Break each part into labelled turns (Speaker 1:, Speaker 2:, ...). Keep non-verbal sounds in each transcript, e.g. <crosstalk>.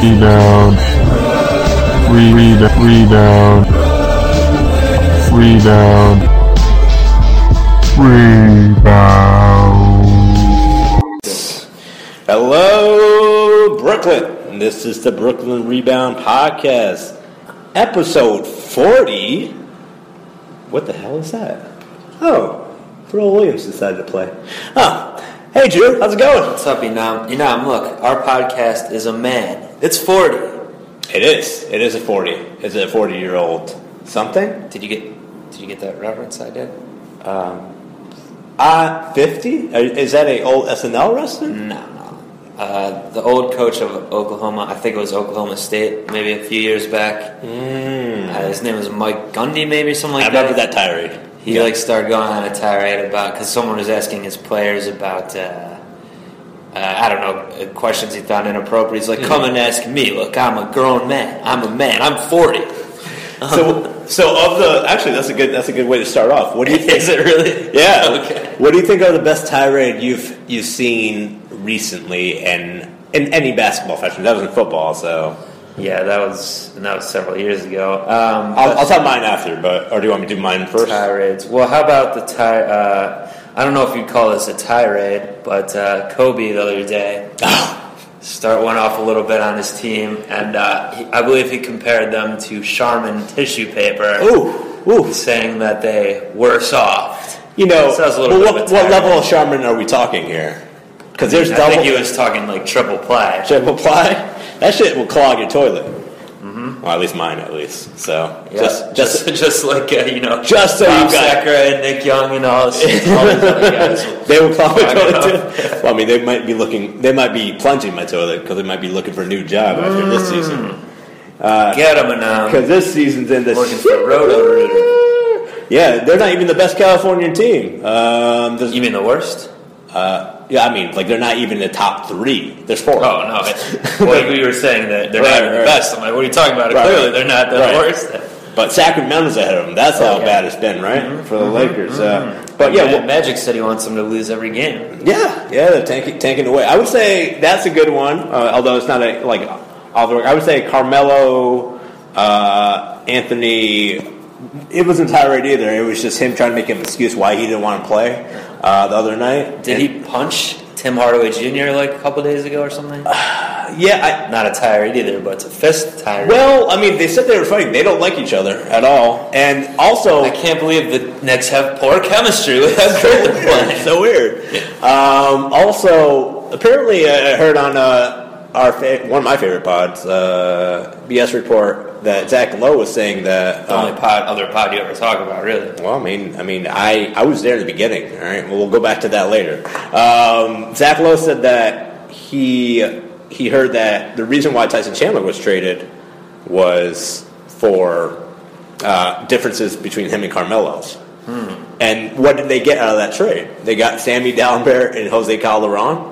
Speaker 1: Rebound. Re- re- rebound. Rebound. Rebound.
Speaker 2: Hello, Brooklyn. This is the Brooklyn Rebound Podcast, episode 40. What the hell is that? Oh, Pharrell Williams decided to play. Oh, hey, Drew, how's it going?
Speaker 3: What's up, Enam? Enam, look, our podcast is a man. It's 40.
Speaker 2: It is. It is a 40. It's a 40 year old something.
Speaker 3: Did you get did you get that reference I did?
Speaker 2: Uh, 50? Is that a old SNL wrestler?
Speaker 3: No, no. Uh, the old coach of Oklahoma, I think it was Oklahoma State, maybe a few years back. Uh, his name was Mike Gundy, maybe something like
Speaker 2: Mm. I remember that tirade.
Speaker 3: He like started going on a tirade about because someone was asking his players about uh, uh, I don't know uh, questions he thought inappropriate. He's
Speaker 2: Mm.
Speaker 3: like, "Come and ask me. Look, I'm a grown man. I'm a man. I'm 40."
Speaker 2: So, so of the actually, that's a good that's a good way to start off. What do you
Speaker 3: <laughs>
Speaker 2: think?
Speaker 3: <laughs> Is it really?
Speaker 2: Yeah.
Speaker 3: <laughs> Okay.
Speaker 2: What do you think are the best tirade you've you've seen recently, and in any basketball fashion? That was in football, so
Speaker 3: Yeah, that was and that was several years ago. Um,
Speaker 2: I'll, I'll tell mine after. But or do you want me to do mine first?
Speaker 3: tirades. Well, how about the tie? Uh, I don't know if you'd call this a tirade, but uh, Kobe the other day <laughs> start went off a little bit on his team, and uh, he, I believe he compared them to Charmin tissue paper,
Speaker 2: Ooh, ooh.
Speaker 3: saying that they were soft.
Speaker 2: You know,
Speaker 3: That sounds a little
Speaker 2: well,
Speaker 3: bit
Speaker 2: what,
Speaker 3: of a
Speaker 2: what
Speaker 3: tirade.
Speaker 2: level of Charmin are we talking here? Because there's
Speaker 3: I
Speaker 2: double
Speaker 3: think he was talking like triple play.
Speaker 2: <laughs> triple ply. That shit will clog your toilet. Well, at least mine, at least. So
Speaker 3: Mm-hmm. Yeah, <laughs>
Speaker 2: just just
Speaker 3: just, just like uh, you know,
Speaker 2: Just so
Speaker 3: Bob
Speaker 2: you got-
Speaker 3: Sacra and Nick Young and all this.
Speaker 2: <laughs>
Speaker 3: all these other guys will
Speaker 2: They will probably
Speaker 3: I
Speaker 2: go
Speaker 3: know.
Speaker 2: into. Well, I mean, they might be looking. They might be plunging my toilet because they might be looking for a new job after this
Speaker 3: Mm.
Speaker 2: season. Uh,
Speaker 3: Get him now.
Speaker 2: Because this season's in the
Speaker 3: Looking for Roto-Rooter.
Speaker 2: <laughs> Yeah, they're not even the best Californian team. Um, there's-
Speaker 3: You mean the worst?
Speaker 2: uh, yeah, I mean, like they're not even in the top three. There's four.
Speaker 3: Oh no! <laughs> it- Well, we were saying that they're
Speaker 2: Right,
Speaker 3: not the
Speaker 2: right.
Speaker 3: best. I'm like, what are you talking about?
Speaker 2: Right,
Speaker 3: Clearly,
Speaker 2: right.
Speaker 3: they're not the
Speaker 2: Right.
Speaker 3: worst.
Speaker 2: But Sacramento's ahead of them. That's how
Speaker 3: Oh, yeah. Mm-hmm.
Speaker 2: bad it's been, right, for the Lakers. Uh, but yeah,
Speaker 3: Ma-
Speaker 2: well,
Speaker 3: Magic said he wants them to lose every game.
Speaker 2: Yeah, yeah, they're tanking, tanking away. I would say that's a good one, uh, although it's not a like. off the record. I would say Carmelo, uh, Anthony. It wasn't tirade either. It was just him trying to make an excuse why he didn't want to play uh, the other night.
Speaker 3: Did he punch Tim Hardaway Jr. like a couple days ago or something?
Speaker 2: he? Yeah. I,
Speaker 3: Not a tirade either, but it's a fist tirade.
Speaker 2: well, I mean, they said they were fighting. They don't like each other at all, and also <laughs>
Speaker 3: I can't believe the Knicks have poor chemistry with that <laughs>
Speaker 2: It's
Speaker 3: playing.
Speaker 2: so weird. Um, also, apparently, I I heard on uh, our fa- one of my favorite pods, uh, BS Report, that Zach Lowe was saying that.
Speaker 3: The
Speaker 2: Um,
Speaker 3: only pod, other pod you ever talk about, really.
Speaker 2: well, I mean, I mean, I, I was there at the beginning. All right, well, we'll go back to that later. Um, Zach Lowe said that he he heard that the reason why Tyson Chandler was traded was for uh, differences between him and Carmelo's.
Speaker 3: Hmm.
Speaker 2: And what did they get out of that trade? They got Sammy Dallenberg and Jose Calderon.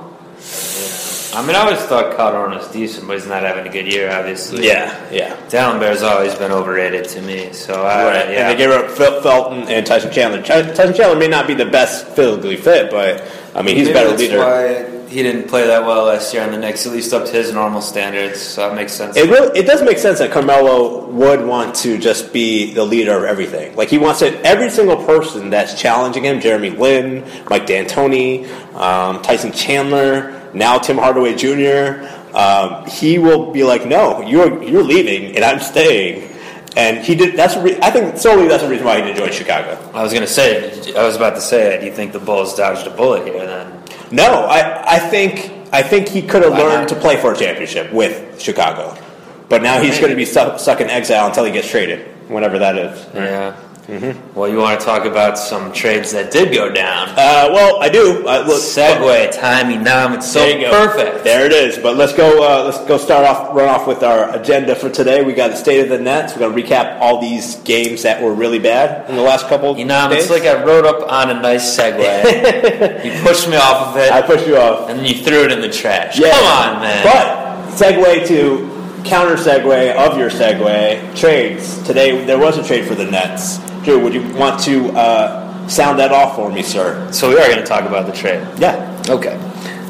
Speaker 3: I mean, I always thought Calderon was decent, but he's not having a good year, obviously.
Speaker 2: Yeah, yeah.
Speaker 3: Down Bear's always been overrated to me, so I,
Speaker 2: Right.
Speaker 3: yeah.
Speaker 2: And they gave up Fel- Felton and Tyson Chandler. Ty- Tyson Chandler may not be the best physically fit, but I mean, he's a
Speaker 3: Maybe
Speaker 2: better
Speaker 3: that's
Speaker 2: leader.
Speaker 3: Why he didn't play that well last year on the Knicks, at least up to his normal standards. So that makes sense.
Speaker 2: It really, it does make sense that Carmelo would want to just be the leader of everything. Like he wants it, every single person that's challenging him: Jeremy Lin, Mike D'Antoni, um, Tyson Chandler, now Tim Hardaway Jr. Um, he will be like, "No, you're you're leaving, and I'm staying." And he did. That's the re- I think solely that's the reason why he didn't join Chicago.
Speaker 3: I was gonna say, I was about to say, do you think the Bulls dodged a bullet here? Then
Speaker 2: No, I I think I think he could have
Speaker 3: Why not?
Speaker 2: learned to play for a championship with Chicago, but now he's going to be stuck, stuck in exile until he gets traded, whenever that is.
Speaker 3: yeah.
Speaker 2: Mm-hmm.
Speaker 3: Well, you want to talk about some trades that did go down?
Speaker 2: Uh, well, I do. Uh, look,
Speaker 3: Segway, timing, now it's so
Speaker 2: There you go.
Speaker 3: perfect.
Speaker 2: There it is. But let's go. Uh, let's go start off. Run off with our agenda for today. We got the state of the Nets. We got to recap all these games that were really bad in the last couple.
Speaker 3: You know,
Speaker 2: days.
Speaker 3: it's like I rode up on a nice
Speaker 2: <laughs>
Speaker 3: Segway. you pushed me off of it,
Speaker 2: I pushed you off.
Speaker 3: and then you threw it in the trash.
Speaker 2: Yeah.
Speaker 3: Come on, man.
Speaker 2: But segue to counter segue of your segue trades. Today there was a trade for the Nets. Drew, would you want to uh, sound that off for me, sir?
Speaker 3: so we are going to talk about the trade.
Speaker 2: Yeah.
Speaker 3: Okay.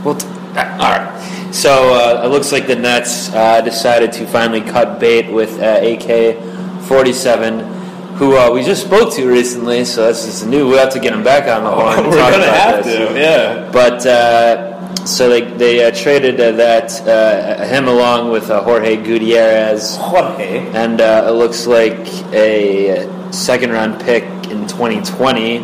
Speaker 3: Well, t- uh, all right. So uh, it looks like the Nets uh, decided to finally cut bait with uh, AK 47, who uh, we just spoke to recently, so that's just new. We'll have to get him back on the horn.
Speaker 2: <laughs>
Speaker 3: to
Speaker 2: Oh, We're
Speaker 3: talk
Speaker 2: gonna
Speaker 3: about
Speaker 2: have
Speaker 3: this.
Speaker 2: to, yeah.
Speaker 3: But uh, so they, they uh, traded uh, that uh, him along with uh, Jorge Gutierrez,
Speaker 2: Jorge.
Speaker 3: and uh, it looks like a second round pick in 2020.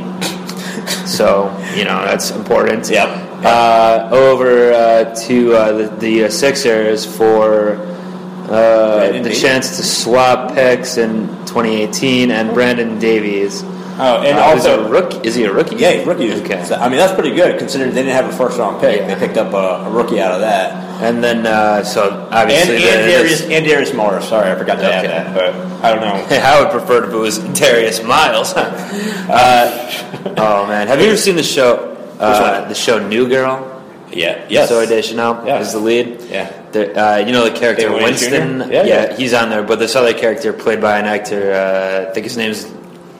Speaker 3: so you know that's important.
Speaker 2: Yep.
Speaker 3: Uh, over uh, to uh, the, the uh, Sixers for uh,
Speaker 2: Brandon
Speaker 3: the
Speaker 2: Davies?
Speaker 3: chance to swap picks in 2018 and Brandon Davies.
Speaker 2: Oh, and
Speaker 3: Uh, who's
Speaker 2: also-
Speaker 3: a rook. Is he a rookie?
Speaker 2: Yeah, he's rookie.
Speaker 3: Okay.
Speaker 2: So, I mean, that's pretty good considering they didn't have a first round pick.
Speaker 3: Yeah.
Speaker 2: They picked up a, a rookie out of that.
Speaker 3: And then, uh, so
Speaker 2: And,
Speaker 3: obviously,
Speaker 2: and,
Speaker 3: the-
Speaker 2: Darius, and Darius Morris. Sorry, I forgot to add
Speaker 3: Okay.
Speaker 2: that. But I don't know.
Speaker 3: <laughs> I would prefer if it was Darius Miles. <laughs> uh, oh man, have you ever seen the show? Uh,
Speaker 2: one?
Speaker 3: the show New Girl.
Speaker 2: Yeah. Yes.
Speaker 3: Zoe Deschanel
Speaker 2: Yeah.
Speaker 3: is the lead.
Speaker 2: Yeah.
Speaker 3: The- uh, you know the character
Speaker 2: David Williams
Speaker 3: Winston.
Speaker 2: Jr.? Yeah, yeah.
Speaker 3: he's on there. But this other character, played by an actor, uh, I think his name is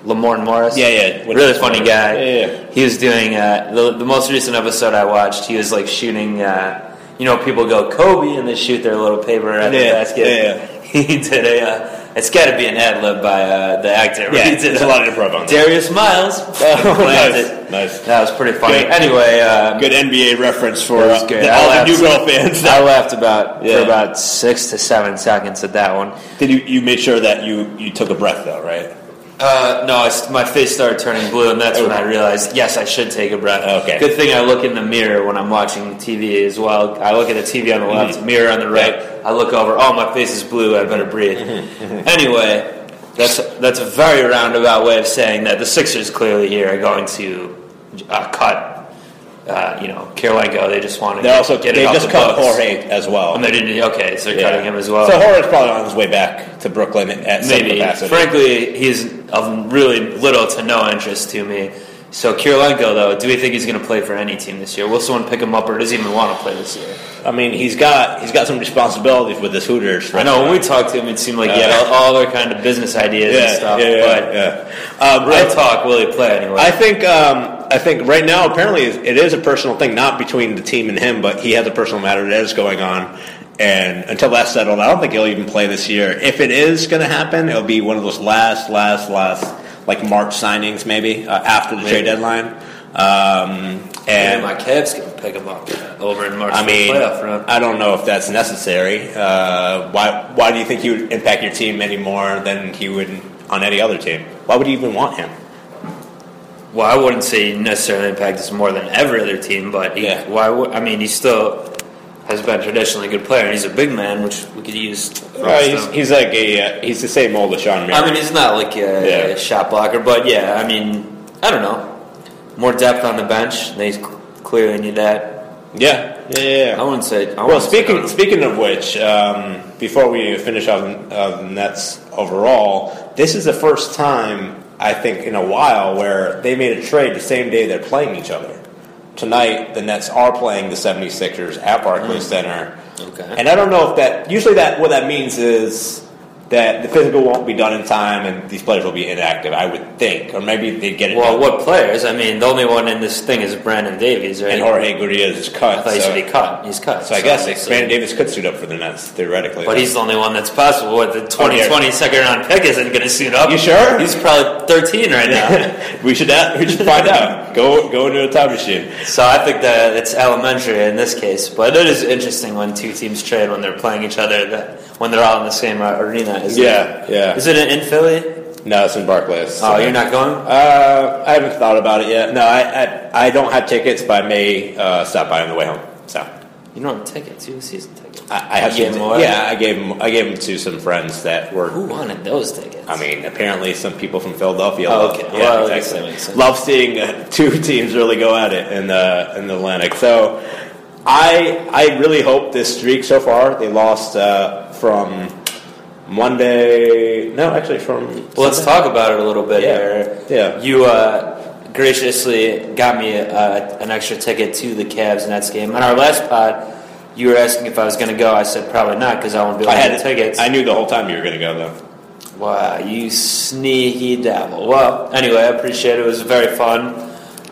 Speaker 3: Lamorne Morris.
Speaker 2: Yeah, yeah.
Speaker 3: really funny guy.
Speaker 2: Yeah, yeah.
Speaker 3: He was doing uh, the the most recent episode I watched. He was like shooting. Uh, you know, people go Kobe and they shoot their little paper at the
Speaker 2: Yeah,
Speaker 3: basket.
Speaker 2: yeah, yeah.
Speaker 3: <laughs> He did a. Uh, it's got to be an ad lib by uh, the actor.
Speaker 2: <laughs> Yeah,
Speaker 3: <laughs> he did
Speaker 2: there's a lot of improv on that. <laughs>
Speaker 3: Darius Miles.
Speaker 2: nice, nice.
Speaker 3: That was pretty funny.
Speaker 2: Good.
Speaker 3: Anyway, uh,
Speaker 2: Good NBA reference for
Speaker 3: That was
Speaker 2: uh,
Speaker 3: good.
Speaker 2: the-
Speaker 3: I
Speaker 2: all the
Speaker 3: laughed.
Speaker 2: New Girl fans.
Speaker 3: I laughed about
Speaker 2: Yeah.
Speaker 3: for about six to seven seconds at that one.
Speaker 2: <laughs> Did you, you made sure that you, you took a breath though, right?
Speaker 3: Uh, no, it's, my face started turning blue, and that's when I realized, yes, I should take a breath.
Speaker 2: Okay.
Speaker 3: Good thing I look in the mirror when I'm watching TV as well. I look at the TV on the left,
Speaker 2: Mm-hmm.
Speaker 3: mirror on the right. I look over. Oh, my face is blue. I
Speaker 2: <laughs>
Speaker 3: better breathe. anyway, that's that's a very roundabout way of saying that the Sixers clearly here are going to uh, cut. Uh, you know, Carolenko. They just want to.
Speaker 2: They also
Speaker 3: get
Speaker 2: they
Speaker 3: it off
Speaker 2: just
Speaker 3: the
Speaker 2: cut
Speaker 3: books.
Speaker 2: Jorge as well.
Speaker 3: Oh, they didn't. Okay, so they're
Speaker 2: Yeah.
Speaker 3: cutting him as well.
Speaker 2: So Jorge's probably on his way back to Brooklyn at some
Speaker 3: Maybe.
Speaker 2: capacity.
Speaker 3: Frankly, he's of really little to no interest to me. So Kirilenko, though, do we think he's going to play for any team this year? Will someone pick him up, or does he even want to play this year?
Speaker 2: I mean, he's got he's got some responsibilities with his Hooters.
Speaker 3: I know when we talked to him, it seemed like he had
Speaker 2: Uh,
Speaker 3: all, all other kind of business ideas and
Speaker 2: yeah,
Speaker 3: stuff.
Speaker 2: yeah,
Speaker 3: but
Speaker 2: yeah, yeah. Um,
Speaker 3: real
Speaker 2: I-
Speaker 3: talk, will he play anyway?
Speaker 2: I think um, I think right now apparently it is a personal thing, not between the team and him, but he has a personal matter that is going on. And until that's settled, I don't think he'll even play this year. If it is going to happen, it'll be one of those last, last, last like March signings, maybe uh, after the trade deadline. Um,
Speaker 3: and
Speaker 2: and
Speaker 3: my Cavs can pick him up over in March.
Speaker 2: I
Speaker 3: for the
Speaker 2: mean,
Speaker 3: playoff run.
Speaker 2: I don't know if that's necessary. Uh, why? Why do you think he would impact your team any more than he would on any other team? Why would you even want him?
Speaker 3: well, I wouldn't say he necessarily impacts us more than every other team, but he,
Speaker 2: Yeah.
Speaker 3: why? Would, I mean, he still has been traditionally a good player, and he's a big man, which we could use. for
Speaker 2: Well,
Speaker 3: us,
Speaker 2: he's,
Speaker 3: though.
Speaker 2: he's like a uh, he's the same old as Sean Murray.
Speaker 3: I mean, he's not like a,
Speaker 2: Yeah.
Speaker 3: shot blocker, but yeah, I mean, I don't know. More depth on the bench. They cl- clearly need that.
Speaker 2: yeah, yeah, yeah.
Speaker 3: I wouldn't say. I
Speaker 2: well,
Speaker 3: wouldn't say
Speaker 2: speaking
Speaker 3: no.
Speaker 2: speaking of which, um, before we finish off uh, the Nets overall, this is the first time I think in a while where they made a trade the same day they're playing each other. Tonight, the Nets are playing the 76ers at Barclays Center.
Speaker 3: Mm. Okay.
Speaker 2: And I don't know if that usually that what that means is that the physical won't be done in time and these players will be inactive, I would think, or maybe they get it
Speaker 3: well,
Speaker 2: done.
Speaker 3: what players? I mean, the only one in this thing is Brandon Davies, right?
Speaker 2: and Jorge Gurriel is
Speaker 3: I
Speaker 2: cut.
Speaker 3: thought he
Speaker 2: so-
Speaker 3: should be cut. He's cut.
Speaker 2: So I guess
Speaker 3: it's-
Speaker 2: Brandon Davis could suit up for the Nets theoretically.
Speaker 3: But he's the only one that's possible. What the 2020 second round pick isn't going to suit up.
Speaker 2: Oh, You sure?
Speaker 3: He's probably 13 right now.
Speaker 2: <laughs> we should a- we should find out. Go go into a time machine.
Speaker 3: <laughs> So I think that it's elementary in this case, but it is interesting when two teams trade when they're playing each other, that when they're all in the same uh, arena. Is
Speaker 2: Yeah,
Speaker 3: it?
Speaker 2: yeah.
Speaker 3: Is it in in Philly?
Speaker 2: No, it's in Barclays.
Speaker 3: Oh, you're not going?
Speaker 2: Uh, I haven't thought about it yet. No, I I, I don't have tickets, but I may uh, stop by on the way home. So
Speaker 3: You don't have tickets. You have season tickets.
Speaker 2: I, I have
Speaker 3: You gave
Speaker 2: some-
Speaker 3: them away?
Speaker 2: Yeah, I gave them I gave them to some friends that were.
Speaker 3: Who wanted those tickets?
Speaker 2: I mean, apparently some people from Philadelphia.
Speaker 3: Oh,
Speaker 2: love,
Speaker 3: okay.
Speaker 2: yeah,
Speaker 3: Well, I guess that
Speaker 2: exactly.
Speaker 3: makes sense.
Speaker 2: Love seeing uh, two <laughs> teams really go at it in the in the Atlantic. So, I I really hope this streak so far. They lost uh, from Monday. No, actually from.
Speaker 3: well, let's talk about it a little bit
Speaker 2: Yeah.
Speaker 3: here.
Speaker 2: Yeah.
Speaker 3: You uh, graciously got me uh, an extra ticket to the Cavs Nets game. On our last pod, you were asking if I was going to go. I said probably not because I won't be able
Speaker 2: I
Speaker 3: to
Speaker 2: had
Speaker 3: get tickets.
Speaker 2: I knew the whole time you were going to go though.
Speaker 3: Wow, you sneaky devil. Well, anyway, I appreciate it. It was very fun.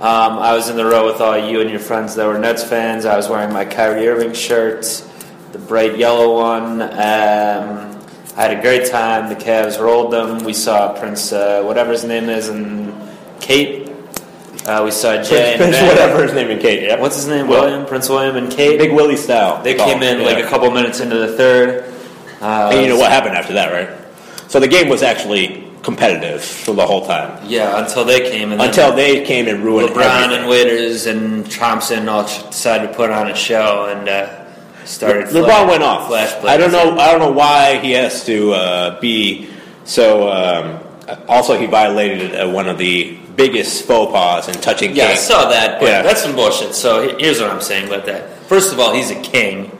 Speaker 3: Um, I was in the row with all you and your friends that were Nets fans. I was wearing my Kyrie Irving shirt, the bright yellow one. Um, I had a great time. The Cavs rolled them. We saw Prince, uh, whatever his name is, and Kate. Uh, we saw Jay.
Speaker 2: <laughs>
Speaker 3: and
Speaker 2: Prince,
Speaker 3: Ben.
Speaker 2: whatever his name and Kate. Yep.
Speaker 3: What's his name?
Speaker 2: Will.
Speaker 3: William, Prince William, and Kate.
Speaker 2: Big Willie style.
Speaker 3: They
Speaker 2: Call.
Speaker 3: came in like
Speaker 2: Yeah.
Speaker 3: a couple minutes into the third. Uh,
Speaker 2: And you know what happened after that, right? So the game was actually competitive for the whole time
Speaker 3: Yeah, until they came and then
Speaker 2: until they came and ruined
Speaker 3: Mm-hmm. LeBron
Speaker 2: everything.
Speaker 3: and Waiters and Thompson all ch- decided to put on a show and uh, started.
Speaker 2: LeBron
Speaker 3: flash-
Speaker 2: went off.
Speaker 3: Flash
Speaker 2: I don't
Speaker 3: plays.
Speaker 2: know. I don't know why he has to uh, be so. Um, also, he violated uh, one of the biggest faux pas in touching.
Speaker 3: Yeah, I
Speaker 2: Kane.
Speaker 3: saw that, but
Speaker 2: Yeah.
Speaker 3: that's some bullshit. So he- here's what I'm saying about that. First of all, he's a king,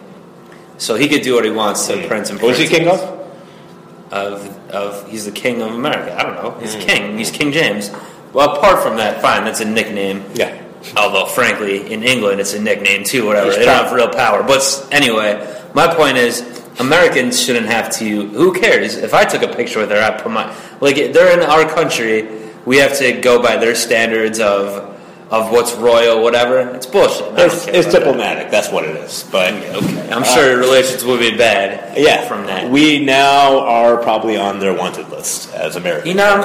Speaker 3: so he could do what he wants to Prince and
Speaker 2: What was he
Speaker 3: princess
Speaker 2: king of? Hmm.
Speaker 3: of of he's the king of America. I don't know. He's king. He's King James. Well, apart from that, fine. That's a nickname.
Speaker 2: Yeah.
Speaker 3: Although, frankly, in England, it's a nickname too. Whatever,
Speaker 2: It's
Speaker 3: they don't
Speaker 2: proud.
Speaker 3: have real power. But s- anyway, my point is, Americans shouldn't have to. Who cares if I took a picture with her? I put my like they're in our country. We have to go by their standards of of what's royal, whatever. It's bullshit. I don't
Speaker 2: It's,
Speaker 3: care
Speaker 2: it's
Speaker 3: about
Speaker 2: diplomatic. That's what it is. But
Speaker 3: that. Okay, I'm sure relations will be bad.
Speaker 2: yeah,
Speaker 3: from that.
Speaker 2: we now are probably on their wanted list as Americans.
Speaker 3: You know,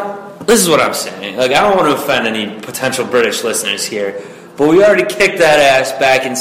Speaker 3: this is what I'm saying. Like, I don't want to offend any potential British listeners here, but we already kicked that ass back in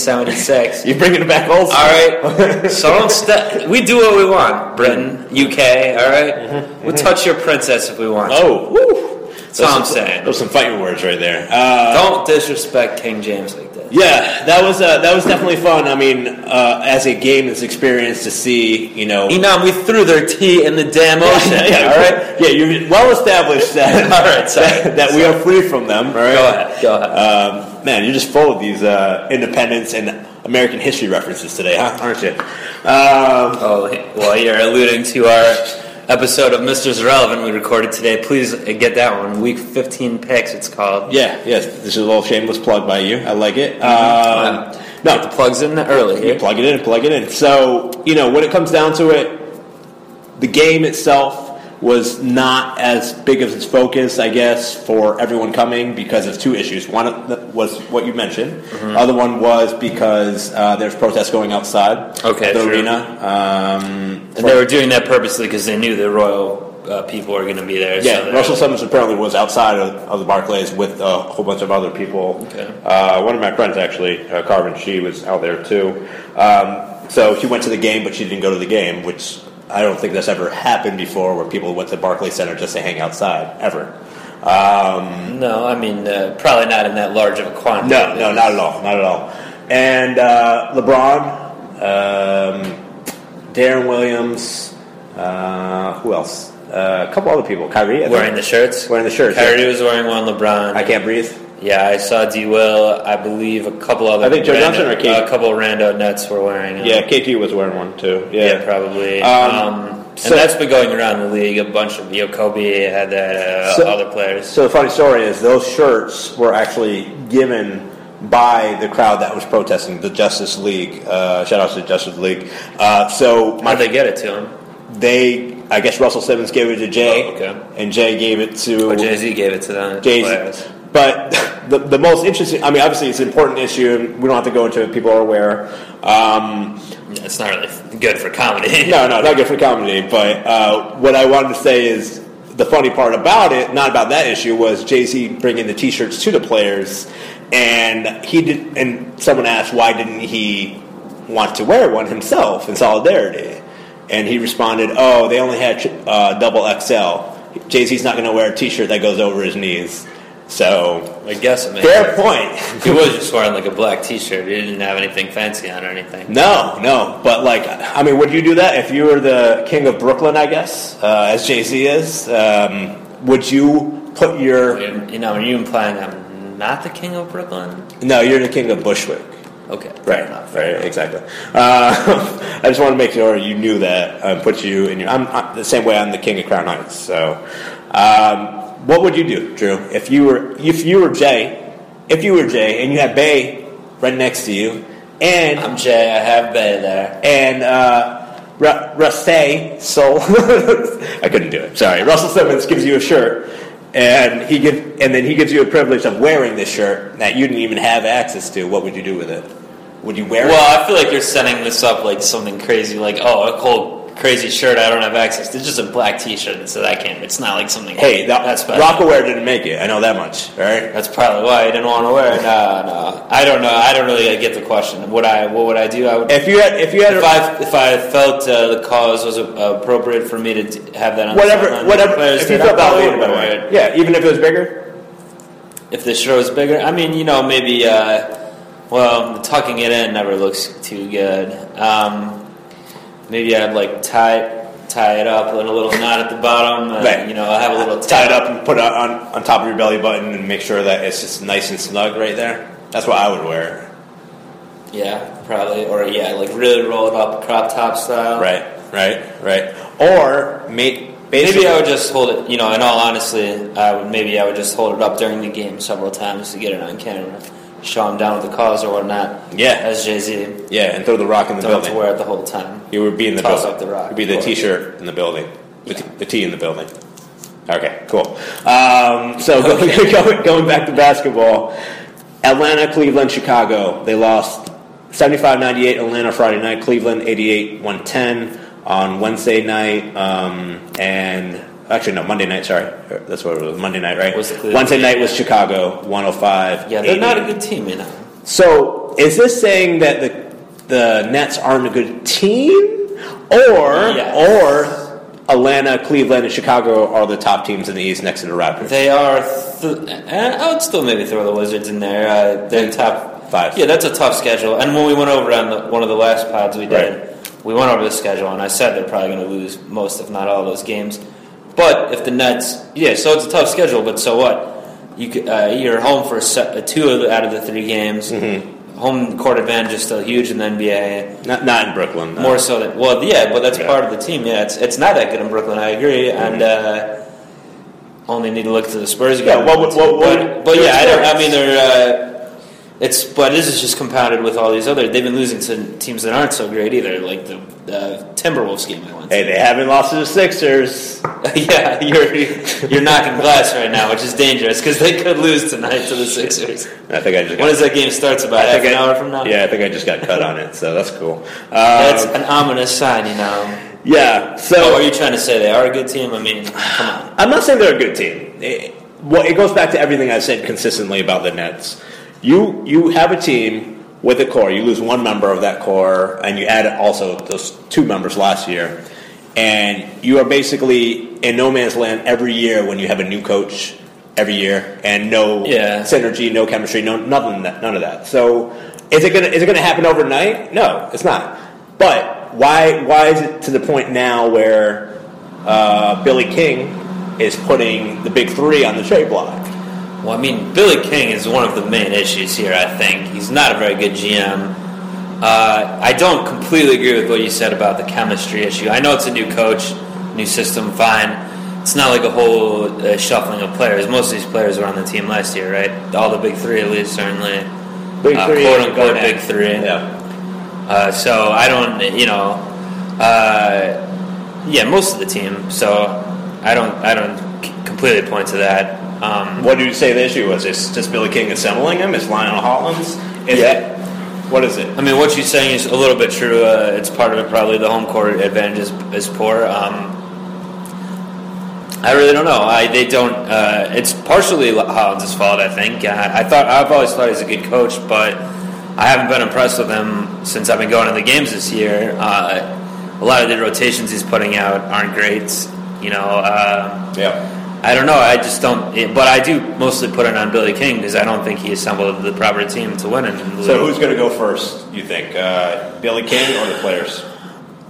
Speaker 3: 1776.
Speaker 2: You're bringing it back old.
Speaker 3: all
Speaker 2: <laughs>
Speaker 3: right, so don't step. We do what we want, Britain, UK. All right? we'll touch your princess if we want.
Speaker 2: Mm-hmm. Oh, woo.
Speaker 3: That's what I'm
Speaker 2: Those-
Speaker 3: saying.
Speaker 2: Those some fighting words right there. Uh,
Speaker 3: Don't disrespect King James like that.
Speaker 2: yeah, that was uh, that was definitely fun. I mean, uh, as a game, this experience to see, you know,
Speaker 3: Enam, we threw their tea in the damn ocean.
Speaker 2: Oh, yeah,
Speaker 3: all right,
Speaker 2: yeah, you well established <laughs> that.
Speaker 3: All right, sorry.
Speaker 2: that, that we are free from them. All right,
Speaker 3: go ahead. Go ahead.
Speaker 2: Um, man, you're just full of these uh, independence and American history references today, huh? Aren't you? Um,
Speaker 3: Oh, well, you're alluding to our episode of Mr. Irrelevant we recorded today. Please uh, get that one. Week 15 picks, it's called.
Speaker 2: yeah, yes, this is a little shameless plug by you. I like it. Um, no,
Speaker 3: Get the plugs in early eh?
Speaker 2: You
Speaker 3: here.
Speaker 2: plug it in, plug it in. So, you know, when it comes down to it, the game itself was not as big of its focus, I guess, for everyone coming because of two issues. One of the- was what you mentioned.
Speaker 3: Mm-hmm.
Speaker 2: Other one was because uh, there's protests going outside
Speaker 3: Okay,
Speaker 2: the
Speaker 3: true.
Speaker 2: arena. Um,
Speaker 3: And they were doing that purposely because they knew the royal uh, people were going to be there.
Speaker 2: yeah,
Speaker 3: so they-
Speaker 2: Russell Simmons apparently was outside of, of the Barclays with a whole bunch of other people.
Speaker 3: Okay.
Speaker 2: Uh, one of my friends, actually, uh, Carvin, she was out there too. Um, so she went to the game, but she didn't go to the game, which I don't think that's ever happened before where people went to Barclays Center just to hang outside, ever. Um,
Speaker 3: No, I mean, uh, probably not in that large of a quantity.
Speaker 2: no, no, not at all, not at all. And uh, LeBron, um, Darren Williams, uh, who else? Uh, a couple other people. Kyrie, I think.
Speaker 3: Wearing the shirts?
Speaker 2: Wearing the shirts,
Speaker 3: Kyrie was wearing one, LeBron.
Speaker 2: I can't breathe.
Speaker 3: yeah, I saw D. Will, I believe a couple other.
Speaker 2: I think Joe
Speaker 3: rando-
Speaker 2: Johnson or Kate?
Speaker 3: A couple rando Nets were wearing it.
Speaker 2: Yeah, KG was wearing one too. Yeah,
Speaker 3: Yeah, probably.
Speaker 2: Um,
Speaker 3: Um,
Speaker 2: so-
Speaker 3: and that's been going around the league. A bunch of Yokobi had that. Uh,
Speaker 2: So-
Speaker 3: other players.
Speaker 2: So the funny story is those shirts were actually given by the crowd that was protesting the Justice League. Uh, shout out to the Justice League. Uh, so
Speaker 3: How'd
Speaker 2: my,
Speaker 3: they get it to him?
Speaker 2: they, I guess Russell Simmons gave it to Jay,
Speaker 3: Oh, okay.
Speaker 2: and Jay gave it to
Speaker 3: Or Jay Z gave it to them.
Speaker 2: Jay's,
Speaker 3: players.
Speaker 2: but <laughs> the, the most interesting. I mean, obviously it's an important issue, and we don't have to go into it. People are aware. Um,
Speaker 3: Yeah, it's not really good for
Speaker 2: <laughs>
Speaker 3: comedy.
Speaker 2: No, no, not good for comedy. But uh, what I wanted to say is the funny part about it, not about that issue, was Jay Z bringing the T-shirts to the players, and he did. And someone asked why didn't he want to wear one himself in solidarity, and he responded, "Oh, they only had uh, double XL. Jay Z's not going to wear a T-shirt that goes over his knees." So
Speaker 3: <laughs> I guess it makes
Speaker 2: fair
Speaker 3: sense.
Speaker 2: point.
Speaker 3: He was just wearing like a black T-shirt. He didn't have anything fancy on or anything.
Speaker 2: No, no, but like, I mean, would you do that if you were the king of Brooklyn? I guess, uh, as Jay Z is, um, would you put your?
Speaker 3: You know, are you implying I'm not the king of Brooklyn?
Speaker 2: No, you're the king of Bushwick.
Speaker 3: Okay, fair
Speaker 2: Right,
Speaker 3: enough.
Speaker 2: right, exactly. Uh, <laughs> I just want to make sure you knew that and put you in your. I'm, i the same way. I'm the king of Crown Heights. So, um, what would you do, Drew, if you were if you were Jay, if you were Jay, and you had Bay right next to you, and
Speaker 3: I'm Jay. I have been there.
Speaker 2: and uh, <laughs> Ra- Rasay Sol. I couldn't do it. Sorry, Russell Simmons gives you a shirt, and he give, and then he gives you a privilege of wearing this shirt that you didn't even have access to. What would you do with it? Would you wear it?
Speaker 3: Well, I feel like you're setting this up like something crazy, like oh, a whole crazy shirt I don't have access. to. It's just a black T-shirt, so that can't. It's not like something.
Speaker 2: Hey, that,
Speaker 3: that's bad.
Speaker 2: Rockaware didn't make it. I know that much. All right.
Speaker 3: That's probably why I didn't want to wear it. No, no, I don't know. I don't really get the question. Would I? What would I do? I would.
Speaker 2: If you had, if you had,
Speaker 3: If
Speaker 2: a-
Speaker 3: I, if I felt uh, the cause was uh, appropriate for me to t- have that on the
Speaker 2: whatever,
Speaker 3: sideline,
Speaker 2: whatever,
Speaker 3: players
Speaker 2: if you
Speaker 3: did, I
Speaker 2: felt
Speaker 3: probably
Speaker 2: obligated
Speaker 3: would've
Speaker 2: by
Speaker 3: wore
Speaker 2: it, yeah, even if it was bigger,
Speaker 3: If the show is bigger, I mean, you know, maybe. Uh, well, tucking it in never looks too good. Um, maybe I'd like tie tie it up in a little knot at the bottom. And,
Speaker 2: Right.
Speaker 3: You know, have a little
Speaker 2: tie it up and put it on on top of your belly button and make sure that it's just nice and snug right there. That's what I would wear.
Speaker 3: Yeah, probably. Or yeah, like really roll it up, crop top style.
Speaker 2: Right, right, right. Or make basically,
Speaker 3: Maybe I would just hold it. You know, in all honesty, I would maybe I would just hold it up during the game several times to get it on camera, show them down with the cause or whatnot.
Speaker 2: Yeah.
Speaker 3: as Jay Z,
Speaker 2: yeah, and throw the rock in the
Speaker 3: don't have to
Speaker 2: building.
Speaker 3: wear it the whole time.
Speaker 2: You would be in the
Speaker 3: Toss
Speaker 2: building.
Speaker 3: up the rock,
Speaker 2: You'd be
Speaker 3: of
Speaker 2: the
Speaker 3: course.
Speaker 2: t-shirt in the building. The, t- the T in the building. Okay, cool. Um, so <laughs> going, going back to basketball, Atlanta, Cleveland, Chicago. They lost 75-98 Atlanta Friday night, Cleveland 88-110 on Wednesday night, um, and actually no Monday night. Sorry, that's what it was. Monday night, right?
Speaker 3: Was the Cleveland-
Speaker 2: Wednesday night was Chicago 105.
Speaker 3: Yeah, they're not
Speaker 2: 88.
Speaker 3: a good team, you know.
Speaker 2: So is this saying that the the Nets aren't a good team, or
Speaker 3: Yes.
Speaker 2: or Atlanta, Cleveland, and Chicago are the top teams in the East next to the Raptors?
Speaker 3: They are. Th- and I would still maybe throw the Wizards in there. Uh, they're top
Speaker 2: Five.
Speaker 3: Yeah, that's a tough schedule. And when we went over on the, one of the last pods we did, we went over the schedule, and I said they're probably going to lose most, if not all, those games. But if the Nets, yeah, so it's a tough schedule. But so what? You could, uh, you're home for se- two of the, out of the three games.
Speaker 2: Mm-hmm.
Speaker 3: Home court advantage is still huge in the NBA.
Speaker 2: Not, not in Brooklyn. no.
Speaker 3: More so than well, yeah, but that's
Speaker 2: Yeah. Mm-hmm.
Speaker 3: part of the team. Yeah, it's it's not that good in Brooklyn. I agree, and uh, only need to look to the Spurs again.
Speaker 2: Yeah, what would- what would-
Speaker 3: but, but yeah, I,
Speaker 2: your
Speaker 3: don't, I
Speaker 2: experience?
Speaker 3: mean, they're uh, it's but this is just compounded with all these other. They've been losing to teams that aren't so great either, like the uh, Timberwolves game I went. to.
Speaker 2: Hey, they haven't lost to the Sixers.
Speaker 3: <laughs> yeah, you're you're knocking glass right now, which is dangerous because they could lose tonight to the Sixers.
Speaker 2: I think I just.
Speaker 3: When
Speaker 2: Got,
Speaker 3: does that game starts? About
Speaker 2: I
Speaker 3: half
Speaker 2: think
Speaker 3: an
Speaker 2: I-
Speaker 3: hour from now.
Speaker 2: Yeah, I think I just got cut on it, so that's cool. Um,
Speaker 3: that's an ominous sign, you know.
Speaker 2: yeah. So
Speaker 3: Oh, are you trying to say they are a good team? I mean, come on.
Speaker 2: I'm not saying they're a good team. It, well, it goes back to everything I've said consistently about the Nets. You you have a team with a core. You lose one member of that core, and you add also those two members last year, and you are basically in no man's land every year when you have a new coach every year and no
Speaker 3: Yeah.
Speaker 2: synergy, no chemistry, no nothing, none of that. So is it gonna is it gonna happen overnight? No, it's not. But why why is it to the point now where uh, Billy King is putting the big three on the trade block?
Speaker 3: Well, I mean, Billy King is one of the main issues here, I think. He's not a very good GM. Uh, I don't completely agree with what you said about the chemistry issue. I know it's a new coach, new system, fine. It's not like a whole uh, shuffling of players. Most of these players were on the team last year, right? All the big three, at least, certainly.
Speaker 2: Big
Speaker 3: Uh,
Speaker 2: three,
Speaker 3: quote unquote,
Speaker 2: Garnett.
Speaker 3: big three.
Speaker 2: Yeah.
Speaker 3: Uh, so I don't, you know, uh, yeah, most of the team. So I don't, I don't c- completely point to that. Um,
Speaker 2: What do you say the issue was? Is just Billy King assembling him? Is Lionel Hollins? Is
Speaker 3: Yeah.
Speaker 2: it? What is it?
Speaker 3: I mean, what you're saying is a little bit true. Uh, it's part of it. Probably the home court advantage is, is poor. Um, I really don't know. I they don't. Uh, it's partially Hollins' fault, I think. Uh, I thought I've always thought he's a good coach, but I haven't been impressed with him since I've been going to the games this year. Uh, a lot of the rotations he's putting out aren't great. You know. Uh,
Speaker 2: Yeah.
Speaker 3: I don't know. I just don't. It, but I do mostly put it on Billy King because I don't think he assembled the proper team to win it. in the
Speaker 2: So
Speaker 3: league.
Speaker 2: who's going to go first? You think uh, Billy King or the players?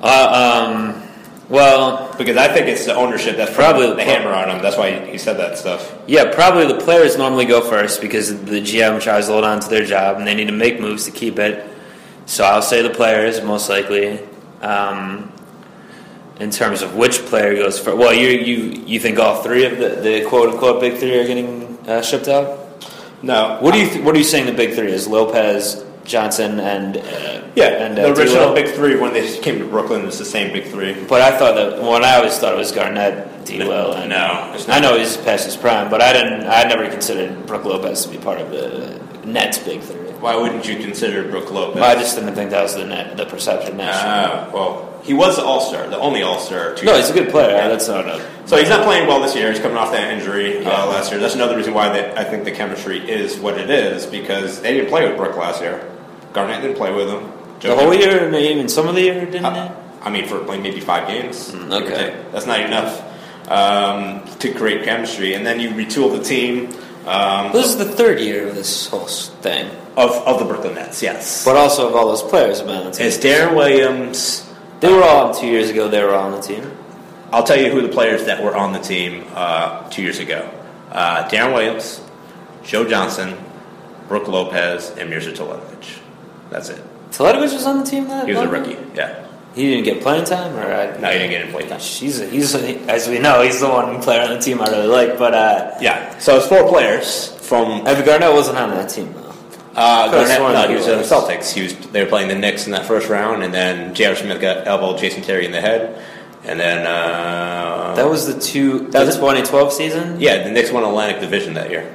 Speaker 3: Uh, um, well,
Speaker 2: Because I think it's the ownership that's
Speaker 3: Probably-
Speaker 2: probably the hammer on him. That's why he said that stuff.
Speaker 3: yeah, probably the players normally go first because the GM tries to hold on to their job and they need to make moves to keep it. So I'll say the players most likely. Um, in terms of which player goes first, well, you you you think all three of the, the quote unquote big three are getting uh, shipped out?
Speaker 2: No.
Speaker 3: What do you th- what are you saying? The big three is Lopez, Johnson and uh,
Speaker 2: Yeah,
Speaker 3: and
Speaker 2: the
Speaker 3: uh,
Speaker 2: original
Speaker 3: D'Lo.
Speaker 2: big three when they came to Brooklyn was the same big three.
Speaker 3: But I thought that one. I always thought it was Garnett, D. Will, and uh,
Speaker 2: no, it's
Speaker 3: I know he's past his prime, but I didn't. I never considered Brooke Lopez to be part of the Nets big three.
Speaker 2: Why wouldn't you consider Brook Lopez?
Speaker 3: I just didn't think that was the net, the perception nationally.
Speaker 2: Ah, well, he was the All Star, the only All Star.
Speaker 3: no, he's a good player. That's not a
Speaker 2: So he's not playing well this year. He's coming off that injury uh, last year. That's another reason why that I think the chemistry is what it is because they didn't play with Brook last year. Garnett didn't play with him.
Speaker 3: the whole year, and even some of the year, didn't it?
Speaker 2: I mean, for playing maybe five games.
Speaker 3: okay.
Speaker 2: give or take. That's not enough um, to create chemistry. And then you retool the team um,
Speaker 3: This is the third year of this whole s- thing,
Speaker 2: of, of the Brooklyn Nets, yes.
Speaker 3: but also of all those players been on the team.
Speaker 2: it's Darren Williams.
Speaker 3: They were all two years ago. They were all on the team.
Speaker 2: I'll tell you who the players that were on the team uh, two years ago uh, Darren Williams, Joe Johnson, Brooke Lopez, and Mirza Toledovich. That's it.
Speaker 3: Teletovich was on the team that
Speaker 2: He was a
Speaker 3: long?
Speaker 2: rookie. Yeah.
Speaker 3: He didn't get playing time, or I,
Speaker 2: No, he didn't get any play time.
Speaker 3: Gosh, he's a, he's a, as we know, he's the one player on the team I really like. But uh,
Speaker 2: Yeah. So it's four players from
Speaker 3: Evan Garnett wasn't on that team though.
Speaker 2: uh,
Speaker 3: Could've
Speaker 2: Garnett.
Speaker 3: sworn
Speaker 2: No,
Speaker 3: he
Speaker 2: he was on the
Speaker 3: was.
Speaker 2: Celtics. He was. They were playing the Knicks in that first round, and then J.R. Smith got elbowed Jason Terry in the head, and then uh,
Speaker 3: That was the two.
Speaker 2: That
Speaker 3: That
Speaker 2: was-
Speaker 3: was 2012 season.
Speaker 2: yeah, the Knicks won Atlantic Division that year.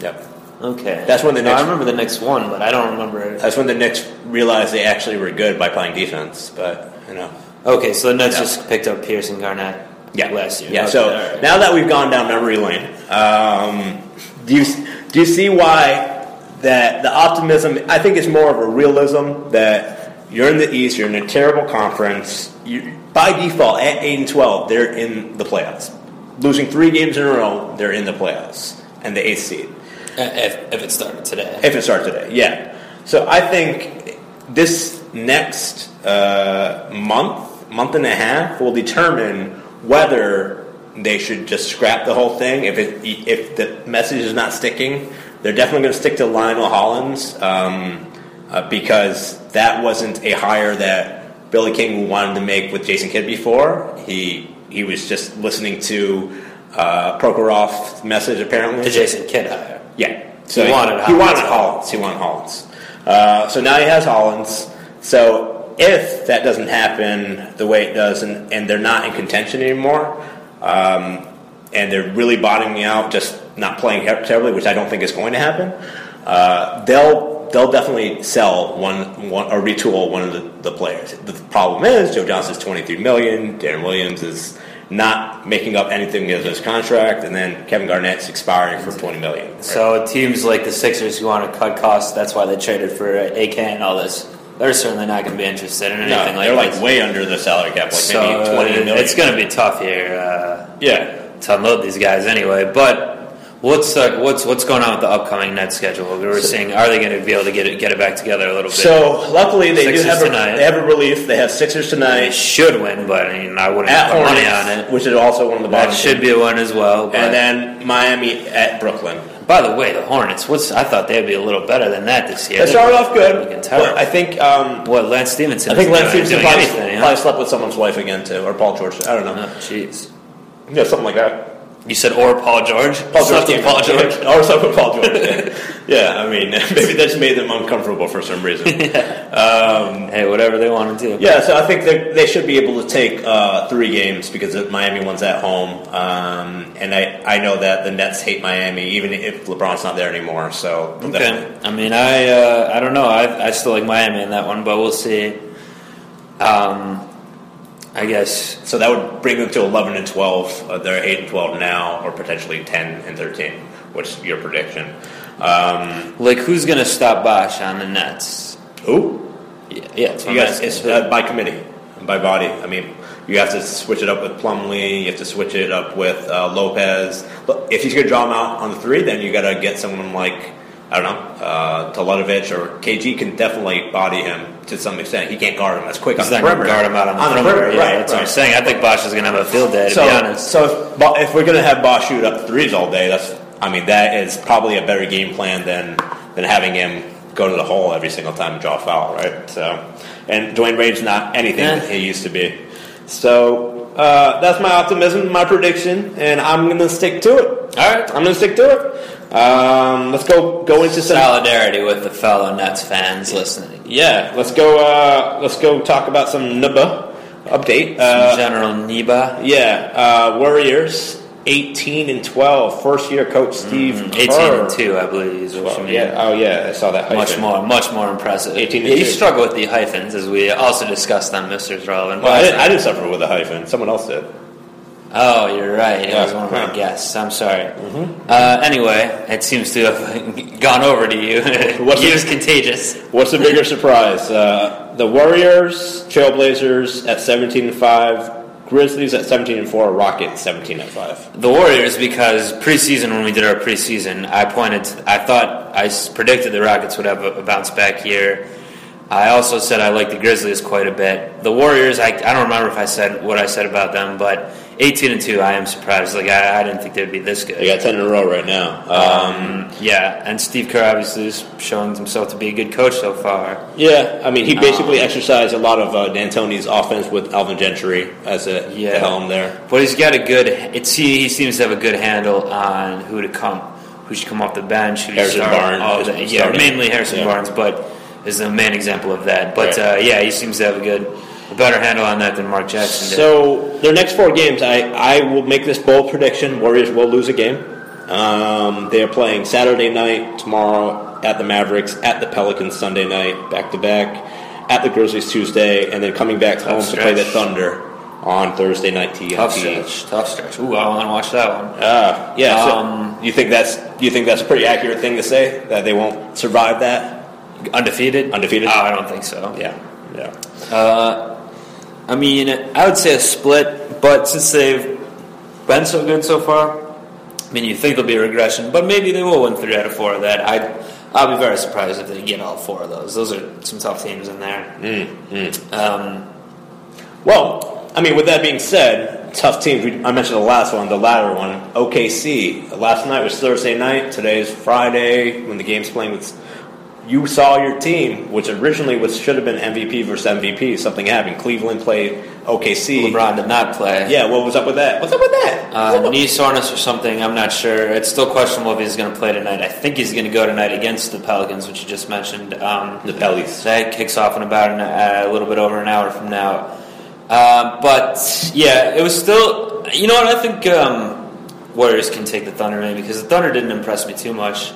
Speaker 2: Yep.
Speaker 3: Okay,
Speaker 2: That's when the
Speaker 3: No,
Speaker 2: Knicks-
Speaker 3: I remember the next one, but I don't remember.
Speaker 2: That's when the Knicks realized they actually were good by playing defense, but you know.
Speaker 3: Uh, Okay, so the Nets
Speaker 2: Yeah.
Speaker 3: just picked up Pierce and Garnett.
Speaker 2: Yeah,
Speaker 3: last year.
Speaker 2: Yeah.
Speaker 3: Okay,
Speaker 2: So
Speaker 3: all right.
Speaker 2: now that we've gone down memory lane, um, do you do you see why that the optimism? I think it's more of a realism that you're in the East, you're in a terrible conference. You, by default, at eight and twelve, they're in the playoffs. Losing three games in a row, they're in the playoffs and the eighth seed
Speaker 3: Uh, if, if it started today,
Speaker 2: if it starts today. Yeah. So I think this next uh, month, month and a half, will determine whether they should just scrap the whole thing. If it, if the message is not sticking, they're definitely going to stick to Lionel Hollins um, uh, because that wasn't a hire that Billy King wanted to make with Jason Kidd before. He he was just listening to uh, Prokhorov's message apparently.
Speaker 3: the Jason Kidd hire.
Speaker 2: Yeah.
Speaker 3: He wanted
Speaker 2: He
Speaker 3: Hollins.
Speaker 2: wanted Hollins. He wanted Hollins. Uh, so now he has Hollins. So if that doesn't happen the way it does, and, and they're not in contention anymore, um, and they're really bottoming out, just not playing ter- terribly, which I don't think is going to happen, uh, they'll they'll definitely sell one, one or retool one of the, the players. The problem is Joe Johnson's twenty three million. Darren Williams is not making up anything of his contract, and then Kevin Garnett's expiring for twenty million.
Speaker 3: So teams like the Sixers who want to cut costs, that's why they traded for uh, AK and all this. They're certainly not going to be interested in anything
Speaker 2: No,
Speaker 3: like
Speaker 2: they're
Speaker 3: this.
Speaker 2: like way under the salary cap, like
Speaker 3: so
Speaker 2: maybe
Speaker 3: uh,
Speaker 2: twenty million.
Speaker 3: it's going to be tough here uh,
Speaker 2: yeah.
Speaker 3: to unload these guys anyway. But what's uh, what's what's going on with the upcoming net schedule? We were seeing are they going to be able to get it get it back together a little bit?
Speaker 2: So luckily they
Speaker 3: Sixers
Speaker 2: do have a,
Speaker 3: tonight.
Speaker 2: they have a relief. They have Sixers
Speaker 3: they
Speaker 2: tonight
Speaker 3: should win, but I mean I wouldn't
Speaker 2: at
Speaker 3: put money
Speaker 2: Hornets,
Speaker 3: on it.
Speaker 2: which is also one of the bottom.
Speaker 3: That should be a win as well. But
Speaker 2: and then Miami at Brooklyn.
Speaker 3: by the way, the Hornets. What's I thought they'd be a little better than that this year.
Speaker 2: They started off
Speaker 3: Looking
Speaker 2: good,
Speaker 3: terrible.
Speaker 2: but I think um,
Speaker 3: What Lance Stevenson?
Speaker 2: I think
Speaker 3: isn't
Speaker 2: Lance
Speaker 3: doing-
Speaker 2: Stevenson
Speaker 3: doing
Speaker 2: probably,
Speaker 3: anything, huh?
Speaker 2: probably slept with someone's wife again too, or Paul George. I don't know.
Speaker 3: Oh, Jeez.
Speaker 2: Yeah, something like that.
Speaker 3: You said or Paul George?
Speaker 2: Paul George,
Speaker 3: Slept with
Speaker 2: came
Speaker 3: Paul
Speaker 2: in.
Speaker 3: George.
Speaker 2: <laughs> or slept with Paul George. <laughs> Yeah. yeah, I mean, maybe that's made them uncomfortable for some reason.
Speaker 3: Hey, whatever they want to do.
Speaker 2: Yeah, so I think they they should be able to take uh, three games because the Miami one's at home, um, and I, I know that the Nets hate Miami even if LeBron's not there anymore. So they'll definitely-
Speaker 3: Okay. I mean, I uh, I don't know. I, I still like Miami in that one, but we'll see. Um, I guess
Speaker 2: so that would bring them to eleven and twelve. Uh, they're eight and twelve now, or potentially ten and thirteen. What's your prediction? Um,
Speaker 3: like who's gonna stop Bosch on the Nets?
Speaker 2: who
Speaker 3: Yeah, yeah. That's what
Speaker 2: you
Speaker 3: I'm
Speaker 2: guys?
Speaker 3: asking.
Speaker 2: It's uh, by committee, by body. I mean. You have to switch it up with Plumlee. You have to switch it up with uh, Lopez. But if he's going to draw him out on the three, then you got to get someone like I don't know uh, Toledovich or KG can definitely body him to some extent. He can't guard him as quick
Speaker 3: He's
Speaker 2: on the
Speaker 3: not gonna
Speaker 2: perimeter.
Speaker 3: guard him out on the, perimeter. Yeah,
Speaker 2: right?
Speaker 3: that's what I'm
Speaker 2: right.
Speaker 3: saying. I think Bosch is gonna have a field day. To
Speaker 2: So,
Speaker 3: be honest,
Speaker 2: so if, Ba- if we're going to have Bosch shoot up threes all day, that's I mean that is probably a better game plan than than having him go to the hole every single time and draw a foul, right? So, and Dwayne Wade's not anything
Speaker 3: Yeah.
Speaker 2: that he used to be. So uh, that's my optimism, my prediction, and I'm gonna stick to it.
Speaker 3: All right.
Speaker 2: I'm gonna stick to it. Um, let's go go into some.
Speaker 3: Solidarity with the fellow Nets fans listening.
Speaker 2: Yeah, let's go. Uh, let's go talk about some NBA update. Uh,
Speaker 3: General Neba.
Speaker 2: yeah, uh, Warriors 18 and 12, first year coach Steve.
Speaker 3: 18
Speaker 2: Kerr.
Speaker 3: Mm, and 2, I believe, is what you
Speaker 2: Oh,
Speaker 3: mean.
Speaker 2: yeah. Oh yeah, I saw that.
Speaker 3: Much
Speaker 2: hyphen.
Speaker 3: more, much more impressive.
Speaker 2: 18 and
Speaker 3: yeah, you
Speaker 2: two.
Speaker 3: struggle with the hyphens, as we also discussed on Mr. Relevant.
Speaker 2: Well, I didn't, I didn't suffer with a hyphen. Someone else did.
Speaker 3: Oh, you're right. It was one of
Speaker 2: Yeah.
Speaker 3: my guests. I'm sorry. Uh, anyway, it seems to have <laughs> gone over to you. <laughs>
Speaker 2: What's
Speaker 3: he
Speaker 2: it-
Speaker 3: was contagious.
Speaker 2: What's the bigger surprise? Uh, the Warriors, Trailblazers at 17 and 5, Grizzlies at 17 and 4, Rockets 17 and 5.
Speaker 3: The Warriors, because preseason when we did our preseason, I pointed. To, I thought I s- predicted the Rockets would have a, a bounce back year. I also said I like the Grizzlies quite a bit. The Warriors, I, I don't remember if I said what I said about them, but 18 and two, I am surprised. Like I, I didn't think they'd be this good.
Speaker 2: They got 10 in a row right now. Um,
Speaker 3: Yeah, and Steve Kerr obviously is showing himself to be a good coach so far.
Speaker 2: yeah, I mean, he basically
Speaker 3: Um,
Speaker 2: exercised a lot of uh, D'Antoni's offense with Alvin Gentry as a the
Speaker 3: Yeah.
Speaker 2: helm there.
Speaker 3: But he's got a good. It's he, he seems to have a good handle on who to come, who should come off the bench, who
Speaker 2: Harrison
Speaker 3: should start.
Speaker 2: Barnes
Speaker 3: all
Speaker 2: is
Speaker 3: the- yeah,
Speaker 2: starting.
Speaker 3: mainly Harrison
Speaker 2: Yeah.
Speaker 3: Barnes, but is the main example of that. But
Speaker 2: Right.
Speaker 3: uh, yeah, he seems to have a good, a better handle on that than Mark Jackson did.
Speaker 2: So, their next four games, I, I will make this bold prediction Warriors will lose a game. Um, they are playing Saturday night, tomorrow at the Mavericks, at the Pelicans Sunday night, back to back, at the Grizzlies Tuesday, and then coming back home to play the
Speaker 3: stretch.
Speaker 2: Thunder on Thursday night TNT.
Speaker 3: tough stretch, tough stretch. Ooh, I want to watch that one.
Speaker 2: Uh, yeah. so
Speaker 3: Um,
Speaker 2: you think that's you think that's a pretty accurate thing to say that they won't survive that?
Speaker 3: Undefeated,
Speaker 2: Undefeated?
Speaker 3: Oh, I don't think so.
Speaker 2: Yeah, yeah.
Speaker 3: I mean, I would say a split, but since they've been so good so far, I mean, you think there'll be a regression, but maybe they will win three out of four of that. I, I'll be very surprised if they get all four of those. Those are some tough teams in there. Um,
Speaker 2: Well, I mean, with that being said, tough teams. We, I mentioned the last one, the latter one, OKC. Last night was Thursday night. Today is Friday when the game's playing with. You saw your team, which originally was should have been MVP versus MVP. Something happened. Cleveland played OKC.
Speaker 3: LeBron did not play.
Speaker 2: Yeah, what was up with that? What's up with that?
Speaker 3: Uh, knee soreness or something, I'm not sure. It's still questionable if he's going to play tonight. I think he's going to go tonight against the Pelicans, which you just mentioned. Um,
Speaker 2: the Pellies.
Speaker 3: That kicks off in about an, uh, a little bit over an hour from now. Uh, but yeah, it was still. You know what? I think um, Warriors can take the Thunder maybe because the Thunder didn't impress me too much.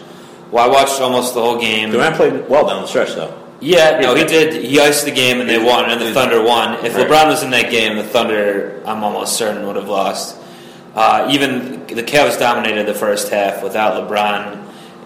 Speaker 3: Well, I watched almost the whole game.
Speaker 2: Durant played well down the stretch, though.
Speaker 3: Yeah, no, he did. He iced the game and they won, and the Thunder won. If
Speaker 2: Right.
Speaker 3: LeBron was in that game, the Thunder, I'm almost certain, would have lost. Uh, even the Cavs dominated the first half without LeBron.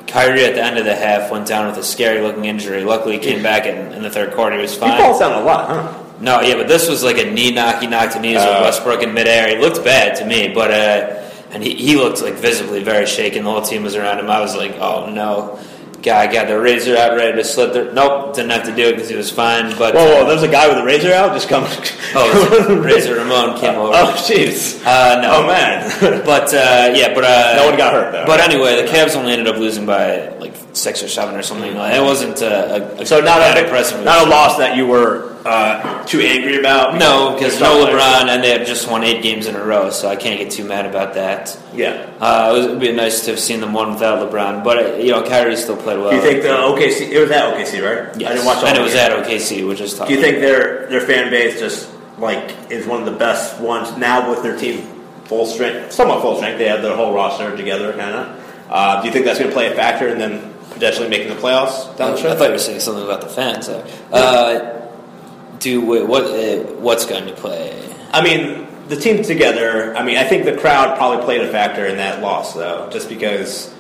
Speaker 3: Kyrie at the end of the half went down with a scary looking injury. Luckily, he came back in, in the third quarter. He was
Speaker 2: He
Speaker 3: fine.
Speaker 2: falls down a lot, huh?
Speaker 3: No, yeah, but this was like a knee knock. He knocked a knee with
Speaker 2: Oh.
Speaker 3: Westbrook in midair. He looked bad to me, but uh, and he, he looked like visibly very shaken. The whole team was around him. I was like, oh no, guy got the razor out ready to slit. The, nope, didn't have to do it because he was fine. But
Speaker 2: Whoa, whoa, there's a guy with a razor out just come. <laughs>
Speaker 3: oh, <laughs> Razor Ramon came over.
Speaker 2: Oh, jeez.
Speaker 3: Uh, no,
Speaker 2: Oh, man. <laughs>
Speaker 3: But uh, yeah, but uh,
Speaker 2: No one got hurt, though.
Speaker 3: But anyway, the Cavs only ended up losing by like six or seven or something. Like, it wasn't uh, a, a
Speaker 2: so, not
Speaker 3: that
Speaker 2: a,
Speaker 3: impressive.
Speaker 2: not a loss that you were uh, too angry about?
Speaker 3: No, because
Speaker 2: Yourself,
Speaker 3: no
Speaker 2: like-
Speaker 3: LeBron, and they have just won eight games in a row, so I can't get too mad about that.
Speaker 2: Yeah.
Speaker 3: Uh, it was- it would be nice to have seen them won without LeBron, but uh, you know Kyrie still played well.
Speaker 2: Do you think the OKC. It was at OKC, right?
Speaker 3: Yes.
Speaker 2: I didn't watch all
Speaker 3: and
Speaker 2: the
Speaker 3: it was
Speaker 2: games.
Speaker 3: at OKC, which is tough.
Speaker 2: Do you think their, their fan base just, like, is one of the best ones now with their team full strength, somewhat full strength? They have their whole roster together, kind of. Uh, do you think that's going to play a factor in them potentially making the playoffs down
Speaker 3: I
Speaker 2: the
Speaker 3: thought
Speaker 2: stretch?
Speaker 3: you were saying something about the fans. Uh, uh, do wait, what? Uh, what's going to play?
Speaker 2: I mean, the team together. I mean, I think the crowd probably played a factor in that loss, though, just because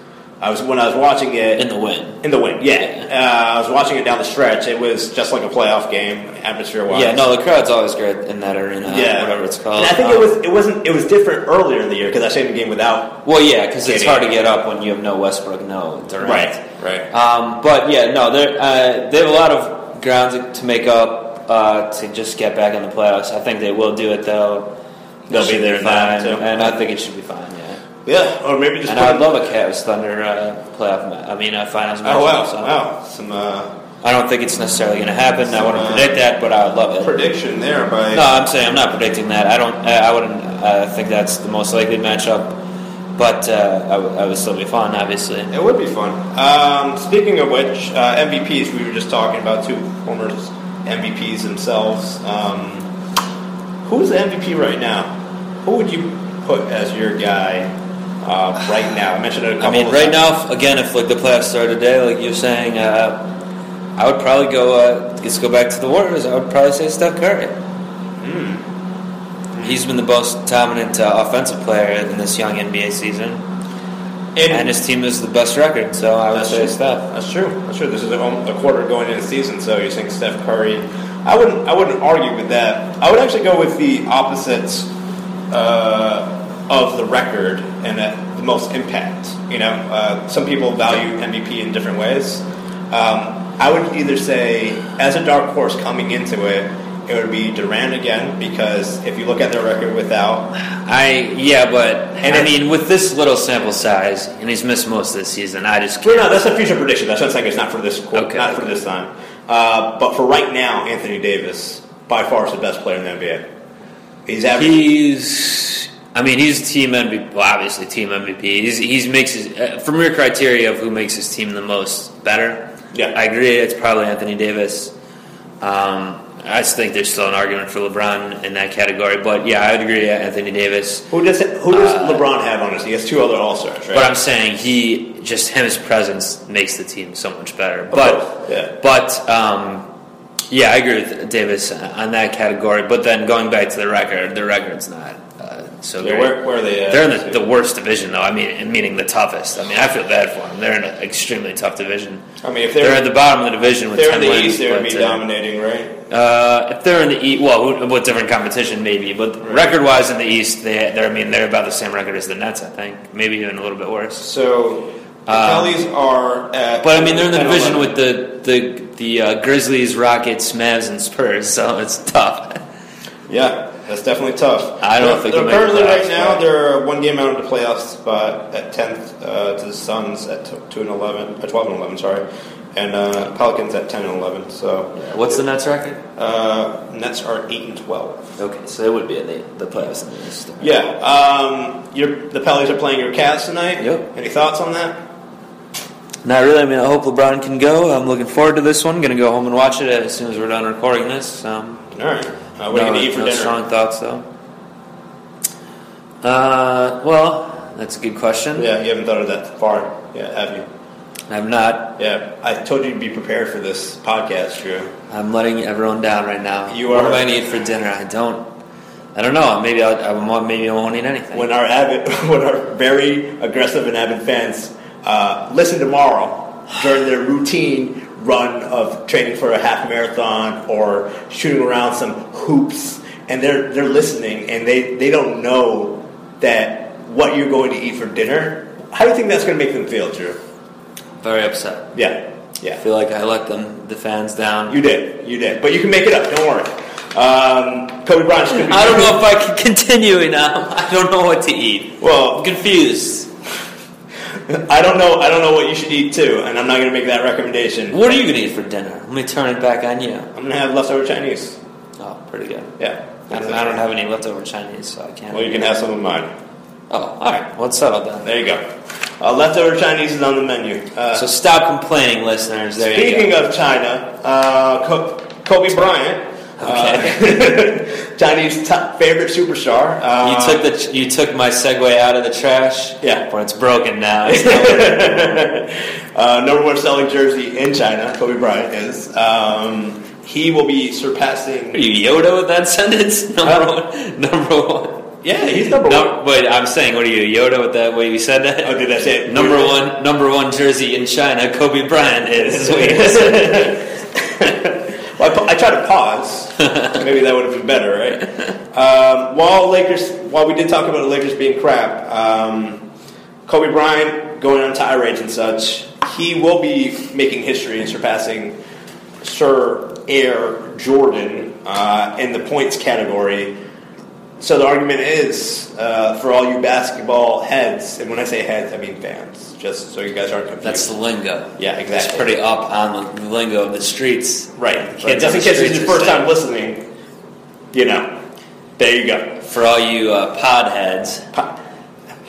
Speaker 2: I was when I was watching it
Speaker 3: In the win.
Speaker 2: in the win. Yeah, uh, I was watching it down the stretch. It was just like a playoff game, atmosphere wise.
Speaker 3: Yeah, no, the crowd's always great in that arena,
Speaker 2: yeah,
Speaker 3: whatever it's called.
Speaker 2: And I think
Speaker 3: Um,
Speaker 2: it was it wasn't it was different earlier in the year because I stayed in the game without.
Speaker 3: Well, yeah, because it's
Speaker 2: Getting-
Speaker 3: hard to get up when you have no Westbrook, no Durant.
Speaker 2: right.
Speaker 3: Um, but yeah, no, they're, uh, they have a lot of ground to make up uh, to just get back in the playoffs. I think they will do it though.
Speaker 2: They'll
Speaker 3: It
Speaker 2: be
Speaker 3: should
Speaker 2: there in time,
Speaker 3: fine,
Speaker 2: too.
Speaker 3: and I think it should be fine. Yeah,
Speaker 2: Yeah, or maybe just.
Speaker 3: and
Speaker 2: put-
Speaker 3: I'd love a Cavs Thunder uh, playoff. Ma- I mean, uh, finals match.
Speaker 2: oh wow,
Speaker 3: so.
Speaker 2: wow, some. Uh,
Speaker 3: I don't think it's necessarily going to happen. I wouldn't predict that, but I would love it.
Speaker 2: Prediction there by
Speaker 3: No, I'm saying I'm not predicting that. I don't. I I wouldn't uh, think that's the most likely matchup, but uh, I, w- I would still be fun, obviously.
Speaker 2: It would be fun. Um, speaking of which, uh, MVPs, we were just talking about two former MVPs themselves. Um, who's the MVP right now? Who would you put as your guy uh, right now? I mentioned it a couple
Speaker 3: I mean,
Speaker 2: of
Speaker 3: right
Speaker 2: times.
Speaker 3: now, if- again, if like the playoffs started today, like you're saying, uh, I would probably go. Uh, let's go back to the Warriors. I would probably say Steph Curry. He's been the most dominant uh, offensive player in this young NBA season, and his team is the best record. So I would
Speaker 2: That's
Speaker 3: say
Speaker 2: true.
Speaker 3: Steph.
Speaker 2: That's true. That's true. This is a, a quarter going into the season, so you're saying Steph Curry. I wouldn't. I wouldn't argue with that. I would actually go with the opposites uh, of the record and uh, the most impact. You know, uh, some people value MVP in different ways. Um, I would either say, as a dark horse coming into it, it would be Durant again because if you look at their record without
Speaker 3: I yeah, but
Speaker 2: And
Speaker 3: I
Speaker 2: it-
Speaker 3: mean, with this little sample size, and he's missed most of this season. I just
Speaker 2: Well, no, that's a future prediction. That's what I'm saying. It's not for this quarter,
Speaker 3: Okay.
Speaker 2: not for this time. Uh, but for right now, Anthony Davis by far is the best player in the NBA. He's averaging.
Speaker 3: He's, I mean, he's team MVP. Well, obviously, team MVP. He's he's makes his uh, from your criteria of who makes his team the most better.
Speaker 2: Yeah.
Speaker 3: I agree. It's probably Anthony Davis. Um, I just think there's still an argument for LeBron in that category, but yeah, I would agree. yeah, Anthony Davis.
Speaker 2: who does who does LeBron have on his? He has two other All Stars, right?
Speaker 3: uh, But I'm saying he just him his presence makes the team so much better.
Speaker 2: course,
Speaker 3: But
Speaker 2: yeah.
Speaker 3: but um, yeah, I agree with Davis on that category. But then going back to the record, the record's not uh, so
Speaker 2: Yeah,
Speaker 3: great.
Speaker 2: where, where are they? At?
Speaker 3: They're in the, the worst division, though. I mean, meaning the toughest. I mean, I feel bad for them. They're in an extremely tough division.
Speaker 2: I mean, if
Speaker 3: They're,
Speaker 2: they're,
Speaker 3: at the bottom of the division
Speaker 2: if
Speaker 3: with
Speaker 2: they're in
Speaker 3: ten
Speaker 2: the
Speaker 3: wins.
Speaker 2: East, they would
Speaker 3: but,
Speaker 2: be
Speaker 3: uh,
Speaker 2: dominating, right?
Speaker 3: uh, if they're in the East, well, who- what different competition, maybe. But record-wise, in the East, they, they're. I mean, they're about the same record as the Nets, I think. Maybe even a little bit worse.
Speaker 2: So the Kellys are. At
Speaker 3: um, But I mean, they're in the
Speaker 2: 10,
Speaker 3: division
Speaker 2: 11.
Speaker 3: with the the the uh, Grizzlies, Rockets, Mavs, and Spurs, so it's <laughs> tough.
Speaker 2: Yeah, that's definitely tough.
Speaker 3: I
Speaker 2: they're,
Speaker 3: don't think
Speaker 2: they're
Speaker 3: they'll make
Speaker 2: currently
Speaker 3: the
Speaker 2: right
Speaker 3: playoffs,
Speaker 2: now.
Speaker 3: but-
Speaker 2: They're one game out of the playoff spot at tenth uh, to the Suns at t- two and eleven, uh, twelve and eleven. Sorry, and uh, Pelicans at ten and eleven. So
Speaker 3: What's the Nets record?
Speaker 2: uh, Nets are eight and twelve.
Speaker 3: Okay, so they would be in the, the playoffs in the East.
Speaker 2: Yeah, um, your, the Pelicans are playing your Cavs tonight.
Speaker 3: Yep.
Speaker 2: Any thoughts on that?
Speaker 3: Not really. I mean, I hope LeBron can go. I'm looking forward to this one. Going to go home and watch it as soon as we're done recording this. Um,
Speaker 2: All right. Uh, what are
Speaker 3: no,
Speaker 2: you gonna eat for
Speaker 3: no
Speaker 2: dinner?
Speaker 3: strong thoughts though. Uh, well, that's a good question.
Speaker 2: Yeah, you haven't thought of that far. Yeah, have you?
Speaker 3: I'm not.
Speaker 2: Yeah, I told you to be prepared for this podcast, Drew.
Speaker 3: I'm letting everyone down right now.
Speaker 2: You
Speaker 3: What
Speaker 2: are.
Speaker 3: am I gonna eat for dinner? I don't. I don't know. Maybe I'll, I won't, maybe I won't eat anything.
Speaker 2: when our avid, <laughs> when our very aggressive and avid fans uh, listen tomorrow during their routine run of training for a half marathon or shooting around some hoops, and they're they're listening and they they don't know that what you're going to eat for dinner. How do you think that's going to make them feel, Drew?
Speaker 3: Very upset.
Speaker 2: Yeah,
Speaker 3: I
Speaker 2: yeah.
Speaker 3: feel like I let them the fans down.
Speaker 2: You did, you did, but you can make it up. Don't worry. Um, Kobe Bryant should be.
Speaker 3: I don't know if I can <laughs> continue now. I don't know what to eat.
Speaker 2: <laughs> Well,
Speaker 3: I'm confused.
Speaker 2: I don't know. I don't know what you should eat too, and I'm not going to make that recommendation.
Speaker 3: What are you gonna eat for dinner? Let me turn it back on you.
Speaker 2: I'm gonna have leftover Chinese.
Speaker 3: Oh, pretty good.
Speaker 2: Yeah.
Speaker 3: I don't, I don't have any leftover Chinese, so I can't.
Speaker 2: Well, you can have some of mine.
Speaker 3: Oh, all right. Well, let's settle that.
Speaker 2: There you go. Uh, leftover Chinese is on the menu. Uh,
Speaker 3: So stop complaining, listeners. There you
Speaker 2: speaking
Speaker 3: go.
Speaker 2: of China, uh, Co- Kobe Bryant, uh, <laughs> Chinese top favorite superstar.
Speaker 3: You
Speaker 2: Uh,
Speaker 3: took the you took my segue out of the trash.
Speaker 2: Yeah.
Speaker 3: but it's broken now. It's
Speaker 2: <laughs>
Speaker 3: not- <laughs>
Speaker 2: uh, number one selling jersey in China. Kobe Bryant is. Um, he will be surpassing.
Speaker 3: Are you Yoda with that <laughs> sentence? Number one. Number one.
Speaker 2: Yeah, he's number one.
Speaker 3: No, but I'm saying, what are you Yoda with that? way you said that?
Speaker 2: Oh, did I say it?
Speaker 3: Number one, number one jersey in China. Kobe Bryant is. <laughs> Wait,
Speaker 2: Well, I, pa- I tried to pause. Maybe that would have been better, right? Um, while Lakers, while we did talk about the Lakers being crap, um, Kobe Bryant going on tirades and such, he will be making history and surpassing Sir Air Jordan uh, in the points category So the argument is uh, for all you basketball heads, and when I say heads, I mean fans. Just so you guys aren't confused.
Speaker 3: That's the lingo.
Speaker 2: Yeah,
Speaker 3: It's
Speaker 2: exactly.
Speaker 3: pretty up on the lingo of the streets.
Speaker 2: right.
Speaker 3: Right,
Speaker 2: Yeah, just in case this
Speaker 3: the
Speaker 2: is
Speaker 3: streets
Speaker 2: your
Speaker 3: is
Speaker 2: first time
Speaker 3: that-
Speaker 2: listening, you know, there you go.
Speaker 3: For all you uh, pod heads,
Speaker 2: Po-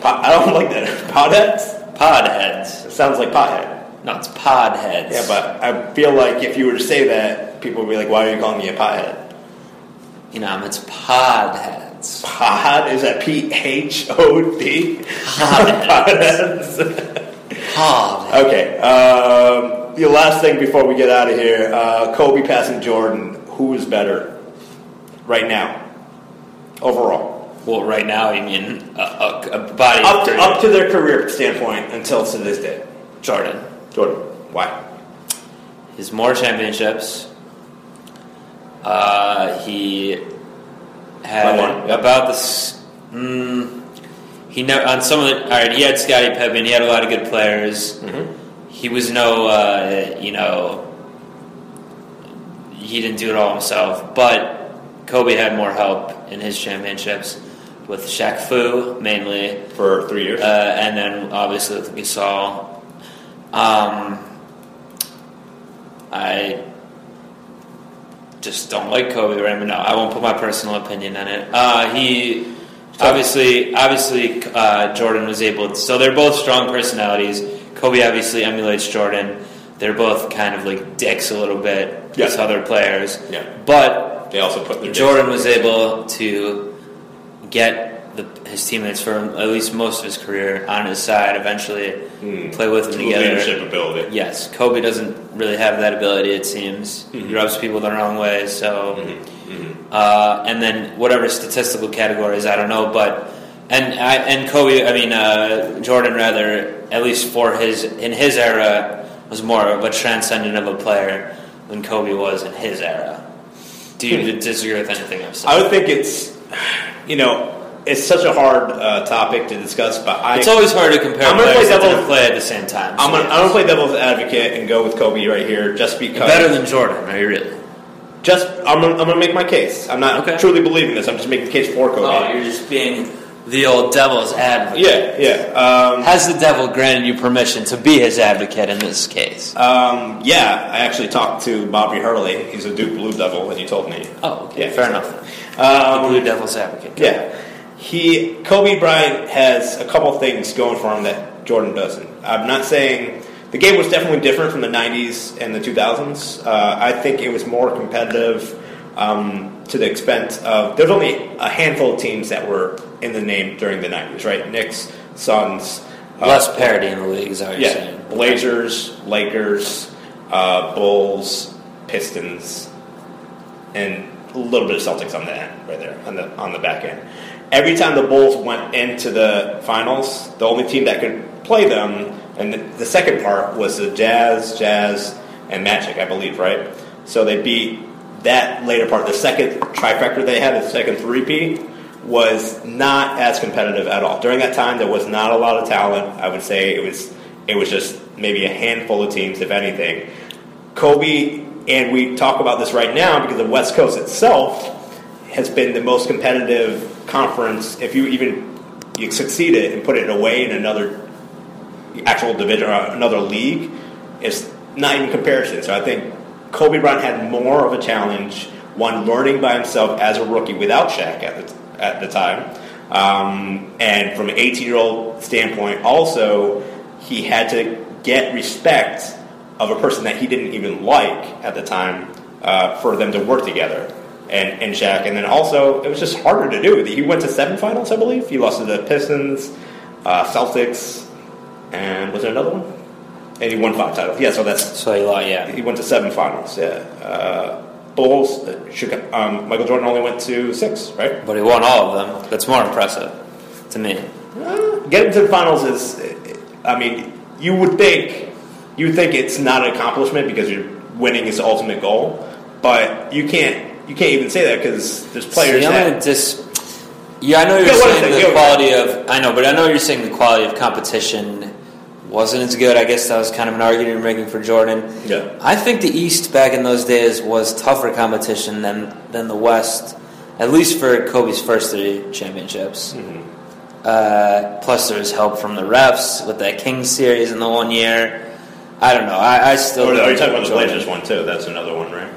Speaker 2: po- I don't <laughs> like that. Potheads
Speaker 3: pod
Speaker 2: It
Speaker 3: heads.
Speaker 2: sounds like pothead.
Speaker 3: No, it's pod heads.
Speaker 2: Yeah, but I feel like if you were to say that, people would be like, "Why are you calling me a pothead?"
Speaker 3: you know, it's pod heads.
Speaker 2: Pod is that P H O D? <laughs> Potheads.
Speaker 3: Pod.
Speaker 2: Okay. Um, the last thing before we get out of here, uh, Kobe passing Jordan. Who is better right now, overall,
Speaker 3: Well, right now, you mean a, a, a body
Speaker 2: up to,
Speaker 3: of
Speaker 2: up to their career standpoint until to this day?
Speaker 3: Jordan.
Speaker 2: Jordan, why?
Speaker 3: He's more championships. Uh, he had
Speaker 2: By one, yep.
Speaker 3: about this. Mm, he never on some of the. All right, he had Scottie Pippen. He had a lot of good players.
Speaker 2: Mm-hmm.
Speaker 3: He was no, uh, you know, he didn't do it all himself. But Kobe had more help in his championships with Shaq Fu mainly
Speaker 2: For three years.
Speaker 3: uh, and then obviously with Gasol. Um, I just don't like Kobe Raymond. No, I won't put my personal opinion in it. Uh, he obviously, obviously, uh, Jordan was able. So they're both strong personalities. Kobe obviously emulates Jordan. They're both kind of like dicks a little bit
Speaker 2: Yeah.
Speaker 3: with other players.
Speaker 2: Yeah.
Speaker 3: But
Speaker 2: they also put their
Speaker 3: Jordan was able to get the, his teammates for at least most of his career on his side. Eventually, play with them together.
Speaker 2: leadership ability.
Speaker 3: Yes, Kobe doesn't really have that ability. It seems
Speaker 2: Mm-hmm.
Speaker 3: he rubs people the wrong way. So, Uh, and then whatever statistical categories, I don't know, but and I, and Kobe, I mean uh, Jordan, rather at least for his in his era was more of a transcendent of a player than Kobe was in his era. Do you disagree with anything I've said?
Speaker 2: Hmm. I would think it's, you know, it's such a hard uh, topic to discuss, but I.
Speaker 3: it's always hard to compare
Speaker 2: I'm gonna
Speaker 3: players
Speaker 2: play
Speaker 3: that
Speaker 2: double-
Speaker 3: didn't play at the same time.
Speaker 2: I'm
Speaker 3: so
Speaker 2: gonna,
Speaker 3: yeah.
Speaker 2: I'm gonna play devil's advocate and go with Kobe right here, just because.
Speaker 3: better than Jordan. Are you really?
Speaker 2: just I'm gonna, I'm gonna make my case. I'm not
Speaker 3: Okay.
Speaker 2: truly believing this. I'm just making the case for Kobe.
Speaker 3: Oh, you're just being the old devil's advocate.
Speaker 2: yeah, Um, yeah,
Speaker 3: Has the devil granted you permission to be his advocate in this case?
Speaker 2: um, um, yeah. I actually talked to Bobby Hurley. He's a Duke Blue Devil, and he told me.
Speaker 3: Oh, okay,
Speaker 2: yeah,
Speaker 3: fair
Speaker 2: exactly.
Speaker 3: enough. The
Speaker 2: Um,
Speaker 3: Blue Devil's advocate. Go.
Speaker 2: Yeah, he Kobe Bryant has a couple things going for him that Jordan doesn't. I'm not saying the game was definitely different from the '90s and the 2000s. Uh, I think it was more competitive um, to the extent of there's only a handful of teams that were in the name during the '90s, right? Knicks, Suns, uh,
Speaker 3: Less parity in the league is what you're
Speaker 2: yeah,
Speaker 3: saying.
Speaker 2: Blazers, Lakers, uh, Bulls, Pistons, and a little bit of Celtics on the end, right there on the on the back end. Every time the Bulls went into the finals, the only team that could play them, and the, the second part was the Jazz, Jazz, and Magic, I believe, right? So they beat that later part. The second trifecta they had, the second three-peat, was not as competitive at all. During that time, there was not a lot of talent. I would say it was it was just maybe a handful of teams, if anything. Kobe, and we talk about this right now because the West Coast itself has been the most competitive conference. If you even you succeed it and put it away in another actual division or another league, it's not even comparison. So I think Kobe Bryant had more of a challenge, one learning by himself as a rookie without Shaq at the, at the time, um, and from an 18 year old standpoint, also he had to get respect of a person that he didn't even like at the time uh, for them to work together. And, and Shaq, and then also it was just harder to do. He went to seven finals, I believe. He lost to the Pistons, uh, Celtics, and was there another one? And he won five titles. Yeah, so that's
Speaker 3: So you lot, yeah.
Speaker 2: he went to seven finals. Yeah, uh, Bulls. uh, Chica- Um, Michael Jordan only went to six, right?
Speaker 3: But he won all of them. That's more impressive to me.
Speaker 2: Getting to the finals is, I mean, you would think you would think it's not an accomplishment because you're winning is the ultimate goal, but you can't you can't even say that because there's players
Speaker 3: See, I'm
Speaker 2: that
Speaker 3: gonna dis- yeah, I know you're
Speaker 2: Yeah, what is
Speaker 3: saying
Speaker 2: it?
Speaker 3: the
Speaker 2: Yeah,
Speaker 3: quality of. I know, but I know you're saying the quality of competition wasn't as good. I guess that was kind of an argument you're making for Jordan.
Speaker 2: Yeah.
Speaker 3: I think the East back in those days was tougher competition than than the West at least for Kobe's first three championships.
Speaker 2: Mm-hmm.
Speaker 3: Uh, plus, there was help from the refs with that Kings series in the one year. I don't know. I, I still.
Speaker 2: Or
Speaker 3: don't
Speaker 2: are you talking about the
Speaker 3: enjoy it.
Speaker 2: Blazers one too? That's another one, right?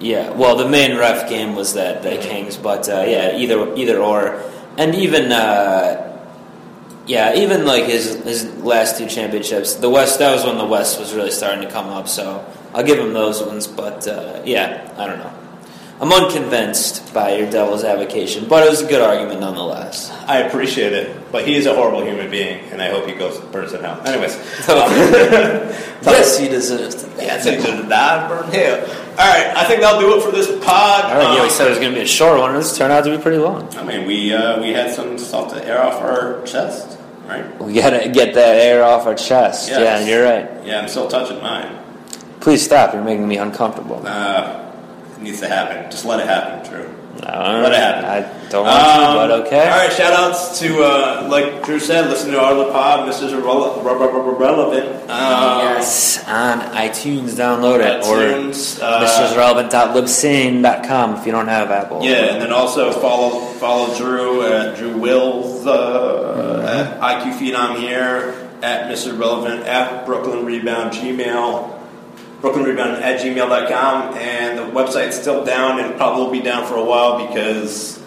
Speaker 3: Yeah, well, the main ref game was that the Kings, but uh, yeah, either either or, and even uh, yeah, even like his his last two championships, the West that was when the West was really starting to come up. So I'll give him those ones, but uh, yeah, I don't know. I'm unconvinced by your devil's avocation, but it was a good argument <laughs> nonetheless.
Speaker 2: I appreciate it, but he is a horrible human being, and I hope he goes burns in hell. Anyways,
Speaker 3: yes, he deserves to.
Speaker 2: yeah, it's to die, burn hell. All right, I think that'll do it for this pod.
Speaker 3: All right, yeah,
Speaker 2: Um,
Speaker 3: we said it was going to be a short one. and This turned out to be pretty long.
Speaker 2: I mean, we uh, we had some stuff to air off our chest, right?
Speaker 3: We got to get that air off our chest.
Speaker 2: Yes.
Speaker 3: Yeah, you're right.
Speaker 2: Yeah, I'm still touching mine.
Speaker 3: Please stop. You're making me uncomfortable.
Speaker 2: Uh, it needs to happen. Just let it happen, Drew.
Speaker 3: No,
Speaker 2: Let it happen.
Speaker 3: I don't want to, but okay.
Speaker 2: All right, shout outs to, uh, like Drew said, listen to our pod. This is irrele- re- re- re- relevant. Uh,
Speaker 3: Yes, on iTunes, download it
Speaker 2: iTunes,
Speaker 3: or
Speaker 2: uh,
Speaker 3: mrsrelevant.libsyn.com if you don't have Apple.
Speaker 2: Yeah, and then also follow follow Drew at Drew Wills uh, at IQ Phenom here at Mr. Relevant at Brooklyn Rebound Gmail. Brooklyn Rebound at gmail.com and the website's still down and probably will be down for a while because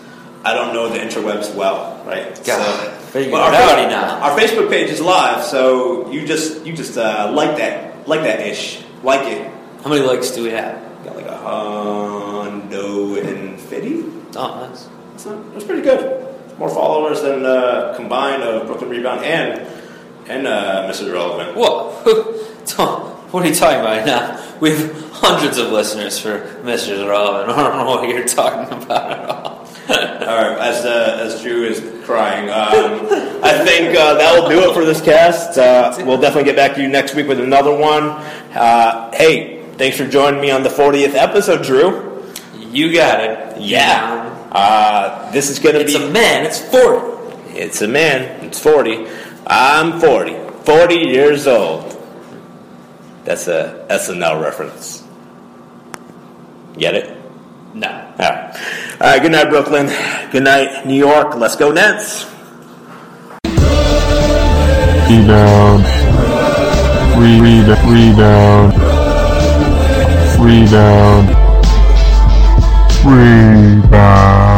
Speaker 2: I don't know the interwebs well, right?
Speaker 3: God, figure
Speaker 2: but our,
Speaker 3: it
Speaker 2: Fa-
Speaker 3: out now.
Speaker 2: our Facebook page is live, so you just you just uh, like that like that ish. Like it.
Speaker 3: How many likes do we have?
Speaker 2: Got like a Hondo and Fitty?
Speaker 3: Oh, nice.
Speaker 2: It's not, it's pretty good. More followers than uh, combined of Brooklyn Rebound and and uh, Mrs. Relevant.
Speaker 3: Whoa. <laughs> Tom, what are you talking about now? We have hundreds of listeners for Mrs. Relevant. <laughs> I don't know what you're talking about at all.
Speaker 2: All right, as uh, as Drew is crying, um,
Speaker 4: <laughs> I think uh, that will do it for this cast. Uh, we'll definitely get back to you next week with another one. Uh, hey, thanks for joining me on the 40th episode, Drew.
Speaker 3: You got it.
Speaker 4: Yeah. Uh, this is going to
Speaker 3: It's
Speaker 4: be.
Speaker 3: a man, it's 40.
Speaker 4: it's a man. It's 40. I'm 40. 40 years old. That's a SNL reference. Get it?
Speaker 3: No.
Speaker 4: All right. All right. Good night, Brooklyn. Good night, New York. Let's go, Nets.
Speaker 1: Three down. Three, three, three down. Three down. Three down.